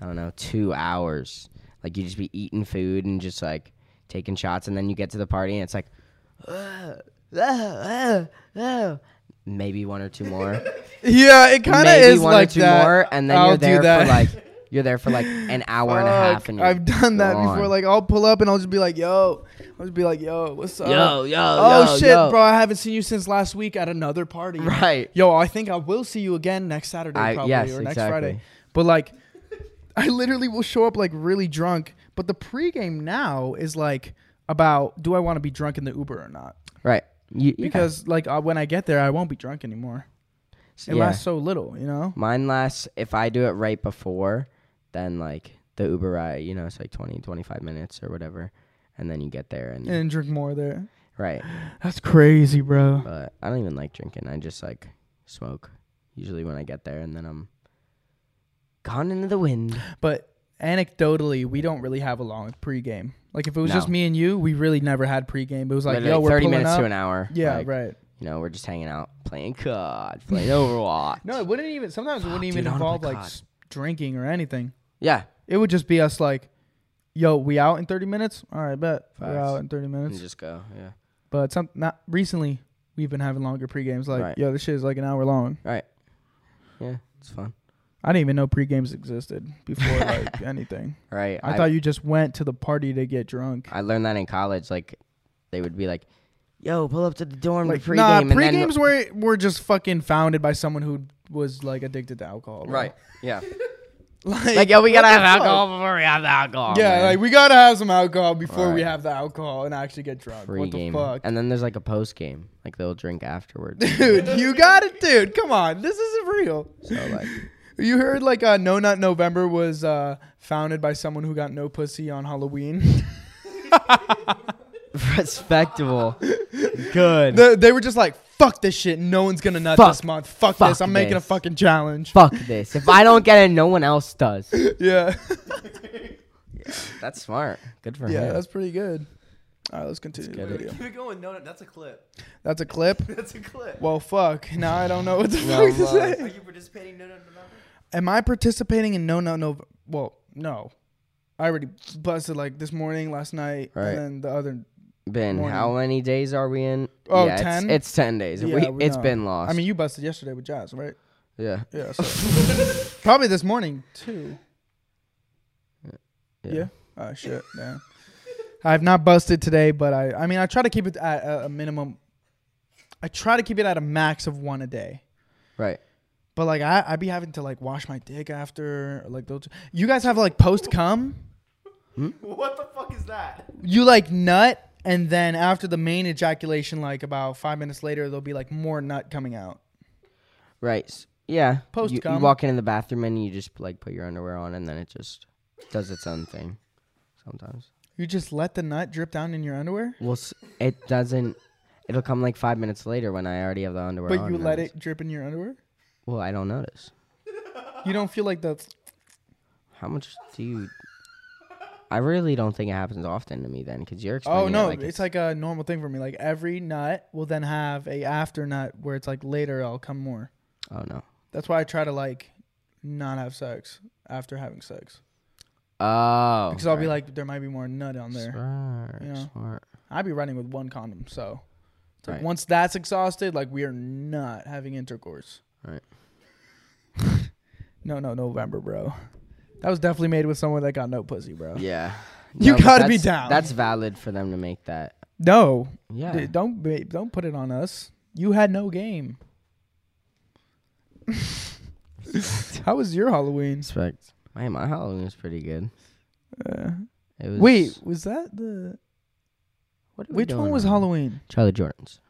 Speaker 1: I don't know two hours. Like you just be eating food and just like taking shots, and then you get to the party and it's like, "Ugh, ugh, ugh, ugh." maybe one or two more.
Speaker 2: Yeah, it kind of
Speaker 1: maybe
Speaker 2: is
Speaker 1: one
Speaker 2: like
Speaker 1: or two
Speaker 2: that.
Speaker 1: more, and then
Speaker 2: I'll
Speaker 1: you're
Speaker 2: do
Speaker 1: there
Speaker 2: that.
Speaker 1: for like you're there for like an hour and a half.
Speaker 2: Fuck,
Speaker 1: And you're
Speaker 2: I've done that before.
Speaker 1: gone.
Speaker 2: Like I'll pull up and I'll just be like, "Yo," I'll just be like, "Yo, what's up?"
Speaker 1: yo, yo,
Speaker 2: Oh
Speaker 1: yo,
Speaker 2: shit,
Speaker 1: yo.
Speaker 2: bro! I haven't seen you since last week at another party.
Speaker 1: Right.
Speaker 2: Yo, I think I will see you again next Saturday,
Speaker 1: I-
Speaker 2: probably,
Speaker 1: yes,
Speaker 2: or next
Speaker 1: exactly.
Speaker 2: Friday. But like, I literally will show up like really drunk. But the pregame now is like about do I want to be drunk in the Uber or not?
Speaker 1: Right. You, yeah.
Speaker 2: Because like uh, when I get there, I won't be drunk anymore. It
Speaker 1: Yeah.
Speaker 2: lasts so little, you know.
Speaker 1: Mine lasts, if I do it right before, then like the Uber ride, you know, it's like 20, 25 minutes or whatever. And then you get there and,
Speaker 2: And drink more there.
Speaker 1: right.
Speaker 2: That's crazy, bro.
Speaker 1: But I don't even like drinking. I just like smoke usually when I get there and then I'm gone into the wind.
Speaker 2: But anecdotally, we don't really have a long pregame. Like if it was just
Speaker 1: No.
Speaker 2: me and you, we really never had pregame. It was like,
Speaker 1: Literally
Speaker 2: yo, we're
Speaker 1: 30
Speaker 2: pulling
Speaker 1: minutes
Speaker 2: up.
Speaker 1: to an hour.
Speaker 2: yeah,
Speaker 1: Like,
Speaker 2: right.
Speaker 1: You know, we're just hanging out, playing COD, playing Overwatch.
Speaker 2: No, it wouldn't even. Sometimes it wouldn't
Speaker 1: Fuck,
Speaker 2: even
Speaker 1: dude, oh I wanna play
Speaker 2: involve
Speaker 1: COD.
Speaker 2: like s- drinking or anything.
Speaker 1: yeah.
Speaker 2: It would just be us like, yo, we out in thirty minutes. All right, bet we're
Speaker 1: Facts.
Speaker 2: out in thirty
Speaker 1: And
Speaker 2: minutes.
Speaker 1: just go. Yeah.
Speaker 2: But some not recently. We've been having longer pregames. Like,
Speaker 1: Right.
Speaker 2: yo, this shit is like an hour long.
Speaker 1: Right. Yeah. It's fun.
Speaker 2: I didn't even know pregames existed before like anything.
Speaker 1: Right.
Speaker 2: I, thought you just went to the party to get drunk.
Speaker 1: I learned that in college. Like, they would be like, "Yo, pull up to the dorm
Speaker 2: like
Speaker 1: to pregame."
Speaker 2: nah,
Speaker 1: and then-
Speaker 2: pregames were were just fucking founded by someone who was like addicted to alcohol. bro.
Speaker 1: right? Yeah.
Speaker 2: Like,
Speaker 1: like, yo, we gotta
Speaker 2: what
Speaker 1: have
Speaker 2: the fuck?
Speaker 1: alcohol before we have the alcohol.
Speaker 2: Yeah,
Speaker 1: man.
Speaker 2: like we gotta have some alcohol before we
Speaker 1: Right.
Speaker 2: have the alcohol and actually get drunk.
Speaker 1: pregame,
Speaker 2: What the fuck,
Speaker 1: and then there's like a post game. Like they'll drink afterwards.
Speaker 2: dude? You got it, dude. Come on, this isn't real.
Speaker 1: so like,
Speaker 2: You heard like uh, No Nut November was uh, founded by someone who got no pussy on Halloween.
Speaker 1: Respectable. Good.
Speaker 2: they, they were just like, "Fuck this shit. No one's gonna nut
Speaker 1: Fuck.
Speaker 2: this month. Fuck,
Speaker 1: Fuck
Speaker 2: this. I'm making a
Speaker 1: this."
Speaker 2: fucking challenge."
Speaker 1: Fuck this. If I don't get it, no one else does.
Speaker 2: Yeah,
Speaker 1: That's smart. Good for
Speaker 2: yeah,
Speaker 1: him.
Speaker 2: that's pretty good. All right, let's continue the video.
Speaker 3: Keep it going. No, no, that's a clip.
Speaker 2: That's a clip.
Speaker 3: That's a clip.
Speaker 2: Well, fuck. Now I don't know what the
Speaker 1: No,
Speaker 2: fuck to
Speaker 1: well,
Speaker 2: say.
Speaker 3: Are you participating? No, no, no, no.
Speaker 2: Am I participating in No Nut November? Well, no. I already busted like this morning, last night,
Speaker 1: Right.
Speaker 2: and then the other.
Speaker 1: Ben, how many days are we in?
Speaker 2: Oh,
Speaker 1: yeah, it's-
Speaker 2: 10?
Speaker 1: It's, 10 days.
Speaker 2: Yeah,
Speaker 1: we,
Speaker 2: we
Speaker 1: it's
Speaker 2: know.
Speaker 1: been lost.
Speaker 2: I mean, you busted yesterday with Jazz, right?
Speaker 1: yeah.
Speaker 2: Yeah. so- Probably this morning too.
Speaker 1: Yeah.
Speaker 2: Yeah. Oh shit. Damn. I've not busted today, but I. I mean, I try to keep it at a, a minimum. I try to keep it at a max of one a day.
Speaker 1: Right.
Speaker 2: But like I, I be having to like wash my dick after. Or like those. You guys have like post cum.
Speaker 1: Hmm?
Speaker 3: What the fuck is that?
Speaker 2: You like nut, and then after the main ejaculation, like about five minutes later, there'll be like more nut coming out.
Speaker 1: Right. S- Yeah.
Speaker 2: Post
Speaker 1: you, you
Speaker 2: cum.
Speaker 1: walk into the bathroom and you just like put your underwear on and then it just does its own thing sometimes.
Speaker 2: You just let the nut drip down in your underwear,
Speaker 1: Well, s- it doesn't. It'll come like five minutes later when I already have the underwear
Speaker 2: but
Speaker 1: on.
Speaker 2: you
Speaker 1: and
Speaker 2: let
Speaker 1: I just-
Speaker 2: it drip in your underwear.
Speaker 1: Well, I don't notice.
Speaker 2: You don't feel like the
Speaker 1: How much do you. I really don't think it happens often to me then because you're explaining
Speaker 2: Oh
Speaker 1: it
Speaker 2: no,
Speaker 1: like
Speaker 2: it's, like a normal thing for me. Like every nut will then have a after nut where it's like later I'll come more.
Speaker 1: Oh, no.
Speaker 2: That's why I try to like not have sex after having sex
Speaker 1: Oh.
Speaker 2: because I'll be like there might be more nut on there.
Speaker 1: Smart.
Speaker 2: you know.
Speaker 1: Smart.
Speaker 2: I'd be running with one condom, so it's like
Speaker 1: Right.
Speaker 2: once that's exhausted, like we are not having intercourse.
Speaker 1: Right.
Speaker 2: No, no, November, bro. That was definitely made with someone that got no pussy, bro.
Speaker 1: Yeah.
Speaker 2: You
Speaker 1: but
Speaker 2: gotta be
Speaker 1: that's-
Speaker 2: down.
Speaker 1: That's valid for them to make that.
Speaker 2: No,
Speaker 1: Yeah.
Speaker 2: Dude, don't ba- don't put it on us. You had no game. How was your Halloween?
Speaker 1: Respect. Man, my Halloween was pretty good.
Speaker 2: Uh,
Speaker 1: It was,
Speaker 2: wait, was that the
Speaker 1: what are we
Speaker 2: which one
Speaker 1: doing
Speaker 2: was
Speaker 1: on-
Speaker 2: Halloween?
Speaker 1: Charlie Jordan's.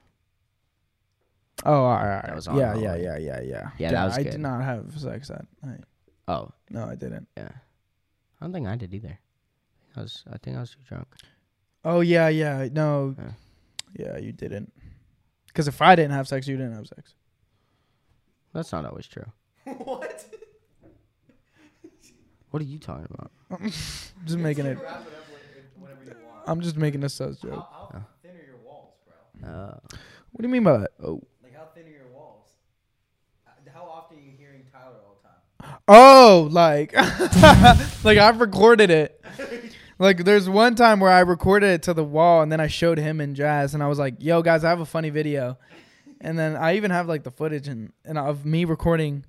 Speaker 2: Oh, all right, all right.
Speaker 1: That was on
Speaker 2: yeah, yeah,
Speaker 1: Halloween.
Speaker 2: yeah, yeah, yeah.
Speaker 1: Yeah, that was
Speaker 2: I
Speaker 1: good.
Speaker 2: did not have sex that night.
Speaker 1: Oh,
Speaker 2: No, I didn't.
Speaker 1: yeah. I don't think I did either. I was. I think I was too drunk.
Speaker 2: Oh yeah, yeah. No,
Speaker 1: Yeah.
Speaker 2: yeah, you didn't. Because if I didn't have sex, you didn't have sex.
Speaker 1: That's not always true.
Speaker 3: What?
Speaker 1: What are you talking about?
Speaker 2: Just making it. I'm just making a sus joke.
Speaker 1: Oh.
Speaker 3: How thin are your walls, bro?
Speaker 1: Uh,
Speaker 2: What do you mean by that? Oh.
Speaker 3: Like how thin are your walls? Uh, How often are you hearing Tyler all the time?
Speaker 2: Oh, like, like I've recorded it. Like, there's one time where I recorded it to the wall, and then I showed him and Jazz, and I was like, "Yo, guys, I have a funny video." And then I even have like the footage and and of me recording,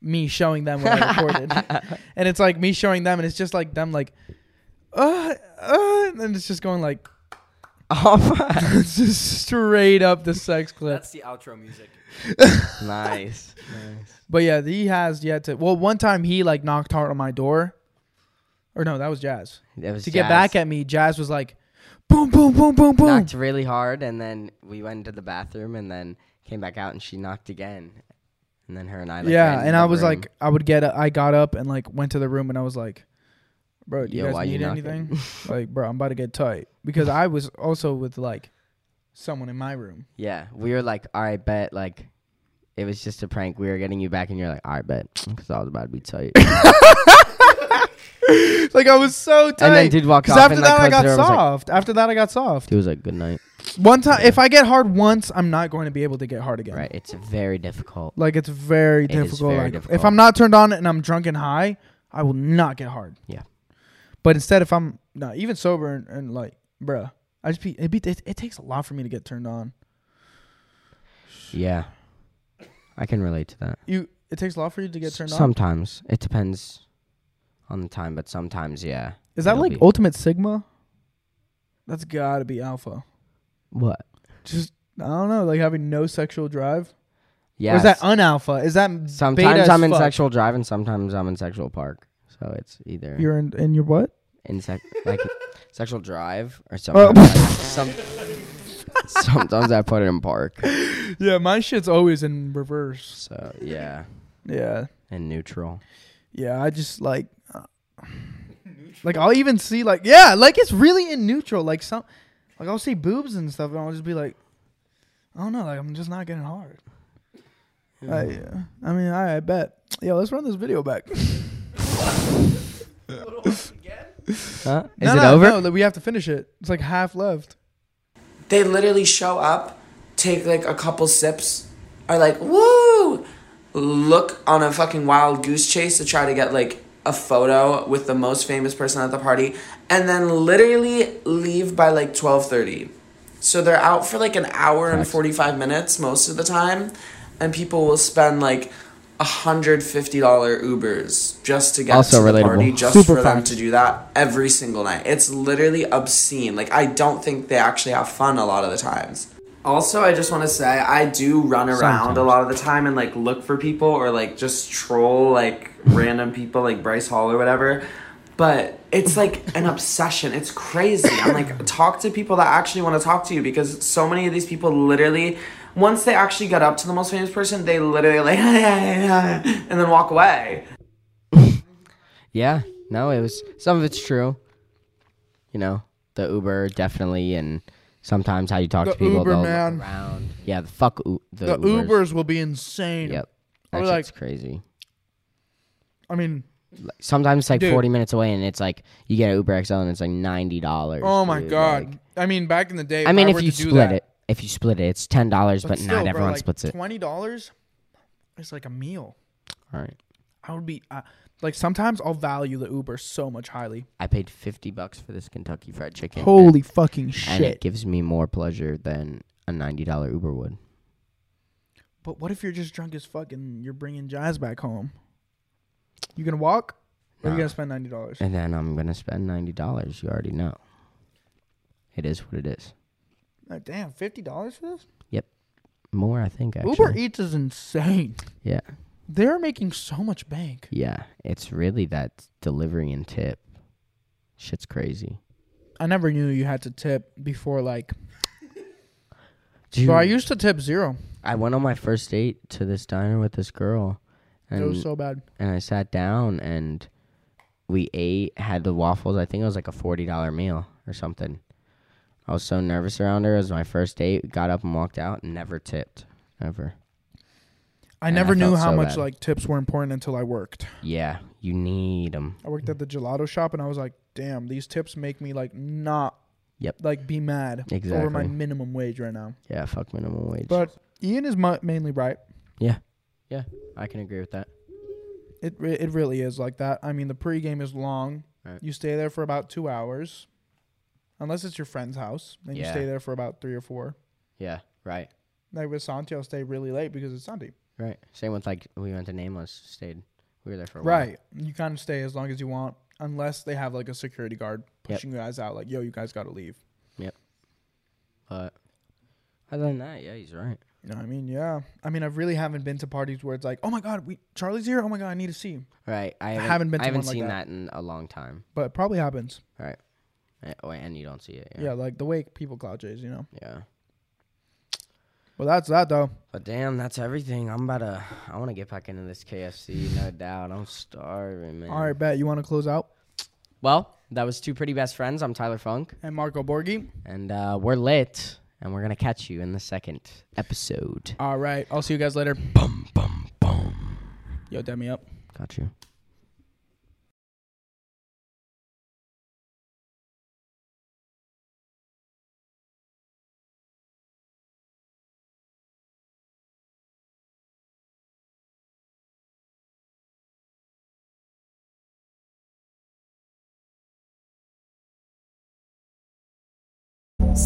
Speaker 2: me showing them what I recorded, and it's like me showing them, and it's just like them like, uh, uh, and it's just going like, it's just straight up the sex clip.
Speaker 3: That's the outro music.
Speaker 1: nice.
Speaker 2: But yeah, he has yet to. Well, one time he like knocked hard on my door, or no, that was Jazz.
Speaker 1: That was
Speaker 2: to get back
Speaker 1: jazz.
Speaker 2: at me, Jazz was like, boom, boom, boom, boom, boom.
Speaker 1: knocked really hard, and then we went into the bathroom, and then came back out, and she knocked again, and then her and I. Like,
Speaker 2: yeah,
Speaker 1: ran
Speaker 2: and
Speaker 1: the
Speaker 2: I was
Speaker 1: room.
Speaker 2: like, I would get, a, I got up and like went to the room and I was like, bro, do you
Speaker 1: Yo, why
Speaker 2: guys
Speaker 1: you
Speaker 2: need
Speaker 1: knocking?"
Speaker 2: anything? like, bro, I'm about to get tight because I was also with like someone in my room.
Speaker 1: Yeah, we were like, all right, bet. Like, it was just a prank. We were getting you back, and you're like, all right, bet. Because I was about to be tight.
Speaker 2: Like I was so tight.
Speaker 1: And then dude walked
Speaker 2: 'Cause
Speaker 1: off
Speaker 2: after
Speaker 1: and, like,
Speaker 2: that
Speaker 1: closed
Speaker 2: I
Speaker 1: the
Speaker 2: got
Speaker 1: door and was like-
Speaker 2: soft. after that I got soft.
Speaker 1: he was like, good night.
Speaker 2: One time, if I get hard once, I'm not going to be able to get hard again.
Speaker 1: Right. It's very difficult.
Speaker 2: Like it's very
Speaker 1: It is
Speaker 2: difficult.
Speaker 1: very
Speaker 2: like,
Speaker 1: difficult.
Speaker 2: If I'm not turned on and I'm drunk and high, I will not get hard.
Speaker 1: Yeah.
Speaker 2: But instead, if I'm not even sober and, and like, bruh, I just be it, be it it takes a lot for me to get turned on.
Speaker 1: Yeah. I can relate to that.
Speaker 2: You it takes a lot for you to get turned on.
Speaker 1: sometimes it depends on the time, but sometimes yeah.
Speaker 2: Is that
Speaker 1: it'll
Speaker 2: like
Speaker 1: be-
Speaker 2: ultimate sigma? That's gotta be alpha.
Speaker 1: what?
Speaker 2: Just I don't know, like having no sexual drive.
Speaker 1: Yeah.
Speaker 2: Or is that unalpha? Is that beta
Speaker 1: sometimes
Speaker 2: as
Speaker 1: I'm in
Speaker 2: fuck?
Speaker 1: sexual drive, and sometimes I'm in sexual park. So it's either
Speaker 2: You're in, in your what?
Speaker 1: in sec- like sexual drive or
Speaker 2: Oh.
Speaker 1: sometimes like, some. sometimes I put it in park.
Speaker 2: Yeah, my shit's always in reverse.
Speaker 1: So yeah.
Speaker 2: Yeah,
Speaker 1: and neutral.
Speaker 2: Yeah, I just like, uh, like I'll even see like yeah, like it's really in neutral. Like some, like I'll see boobs and stuff, and I'll just be like, I don't know, like I'm just not getting hard. I, yeah. I mean, I, I bet. Yo, let's run this video back.
Speaker 1: Huh? Is
Speaker 2: No,
Speaker 1: it
Speaker 2: no,
Speaker 1: over?
Speaker 2: No, like, we have to finish it. It's like half left.
Speaker 7: they literally show up, take like a couple sips, are like, woo, look on a fucking wild goose chase to try to get like a photo with the most famous person at the party, and then literally leave by like 12:30. So they're out for like an hour and 45 minutes most of the time, and people will spend like $150 Ubers just to get
Speaker 1: Also
Speaker 7: to the
Speaker 1: relatable.
Speaker 7: party just
Speaker 2: Super
Speaker 7: for them
Speaker 2: fact.
Speaker 7: to do that every single night. It's literally obscene. Like I don't think they actually have fun a lot of the times. Also, I just want to say I do run around a lot of the time and like look for people or like just troll like random people like Bryce Hall or whatever. But it's like an obsession. It's crazy. I'm like talk to people that actually want to talk to you because so many of these people literally once they actually get up to the most famous person, they literally like and then walk away.
Speaker 1: Yeah. No, it was some of it's true. You know, the Uber definitely, and sometimes how you talk
Speaker 2: The
Speaker 1: to people.
Speaker 2: Uber,
Speaker 1: they'll
Speaker 2: man.
Speaker 1: Look around. Yeah, the fuck u- the,
Speaker 2: The
Speaker 1: Ubers.
Speaker 2: Ubers will be insane.
Speaker 1: Yep.
Speaker 2: I'll be
Speaker 1: That's
Speaker 2: like-
Speaker 1: crazy.
Speaker 2: I mean,
Speaker 1: Like, sometimes it's like
Speaker 2: Dude.
Speaker 1: forty minutes away, and it's like you get an Uber XL, and it's like ninety dollars.
Speaker 2: oh my god. I mean, back in the day.
Speaker 1: I mean,
Speaker 2: were
Speaker 1: if you
Speaker 2: to do
Speaker 1: split
Speaker 2: that-
Speaker 1: it, if you split it, it's ten dollars, but,
Speaker 2: still,
Speaker 1: not
Speaker 2: bro,
Speaker 1: everyone
Speaker 2: like,
Speaker 1: splits it.
Speaker 2: Twenty dollars, it's like a meal.
Speaker 1: All right.
Speaker 2: I would be uh, like sometimes I'll value the Uber so much highly.
Speaker 1: I paid fifty bucks for this Kentucky Fried Chicken.
Speaker 2: Holy fucking
Speaker 1: and it
Speaker 2: shit!
Speaker 1: gives me more pleasure than a ninety dollar Uber would.
Speaker 2: But what if you're just drunk as fuck and you're bringing Jazz back home? You gonna walk, or you
Speaker 1: Nah.
Speaker 2: gonna spend ninety dollars?
Speaker 1: And then I'm gonna spend ninety dollars. You already know. It is what it is.
Speaker 2: damn, fifty dollars for this?
Speaker 1: More, I think. Actually.
Speaker 2: Uber Eats is insane.
Speaker 1: Yeah,
Speaker 2: They're making so much bank.
Speaker 1: yeah. It's really that delivery and tip. Shit's crazy.
Speaker 2: I never knew you had to tip before. Like,
Speaker 1: Dude,
Speaker 2: so I used to tip zero.
Speaker 1: I went on my first date to this diner with this girl, and
Speaker 2: it was so bad.
Speaker 1: and I sat down and we ate, had the waffles. I think it was like a forty dollar meal or something. I was so nervous around her. It was my first date. Got up and walked out. Never tipped. Ever.
Speaker 2: I
Speaker 1: and
Speaker 2: never
Speaker 1: I
Speaker 2: knew
Speaker 1: felt
Speaker 2: how
Speaker 1: so
Speaker 2: much
Speaker 1: bad.
Speaker 2: like tips were important until I worked.
Speaker 1: Yeah, you need them.
Speaker 2: I worked at the gelato shop and I was like, damn, these tips make me like not
Speaker 1: Yep.
Speaker 2: like be mad over my
Speaker 1: Exactly.
Speaker 2: minimum wage right now.
Speaker 1: Yeah, fuck minimum wage.
Speaker 2: But Ian is mu- mainly right.
Speaker 1: yeah, yeah, I can agree with that.
Speaker 2: It re- it really is like that. I mean, the pregame is long.
Speaker 1: Right.
Speaker 2: You stay there for about 2 hours. Unless it's your friend's house, then you
Speaker 1: Yeah.
Speaker 2: stay there for about 3 or 4.
Speaker 1: Yeah, right,
Speaker 2: Like with Santi, I'll stay really late because it's Sunday.
Speaker 1: right. Same with like we went to Nameless, stayed. We were there for a while.
Speaker 2: Right. You kind of stay as long as you want unless they have like a security guard
Speaker 1: Yep.
Speaker 2: pushing you guys out like, "Yo, you guys got to leave."
Speaker 1: But other than that, yeah, he's right.
Speaker 2: You know what I mean? Yeah. I mean, I really haven't been to parties where it's like, "Oh my god, we Charlie's here. Oh my god, I need to see him."
Speaker 1: Right. I haven't,
Speaker 2: haven't been to
Speaker 1: I haven't
Speaker 2: one like
Speaker 1: seen
Speaker 2: that.
Speaker 1: that. in a long time.
Speaker 2: but it probably happens.
Speaker 1: Right. Eh, Oh, and you don't see it.
Speaker 2: Yeah, like the way people cloud chase, you know.
Speaker 1: Yeah.
Speaker 2: Well, that's that though.
Speaker 1: But damn, that's everything. I'm about to. I want to get back into this KFC, no doubt. I'm starving, man.
Speaker 2: All right, bet you want to close out
Speaker 1: Well, that was two pretty best friends. I'm Tyler Funk,
Speaker 2: and Marco Borghi.
Speaker 1: and uh, we're lit. And we're gonna catch you in the second episode.
Speaker 2: All right, I'll see you guys later. Boom, boom, boom. Yo, dab me up.
Speaker 1: Got you.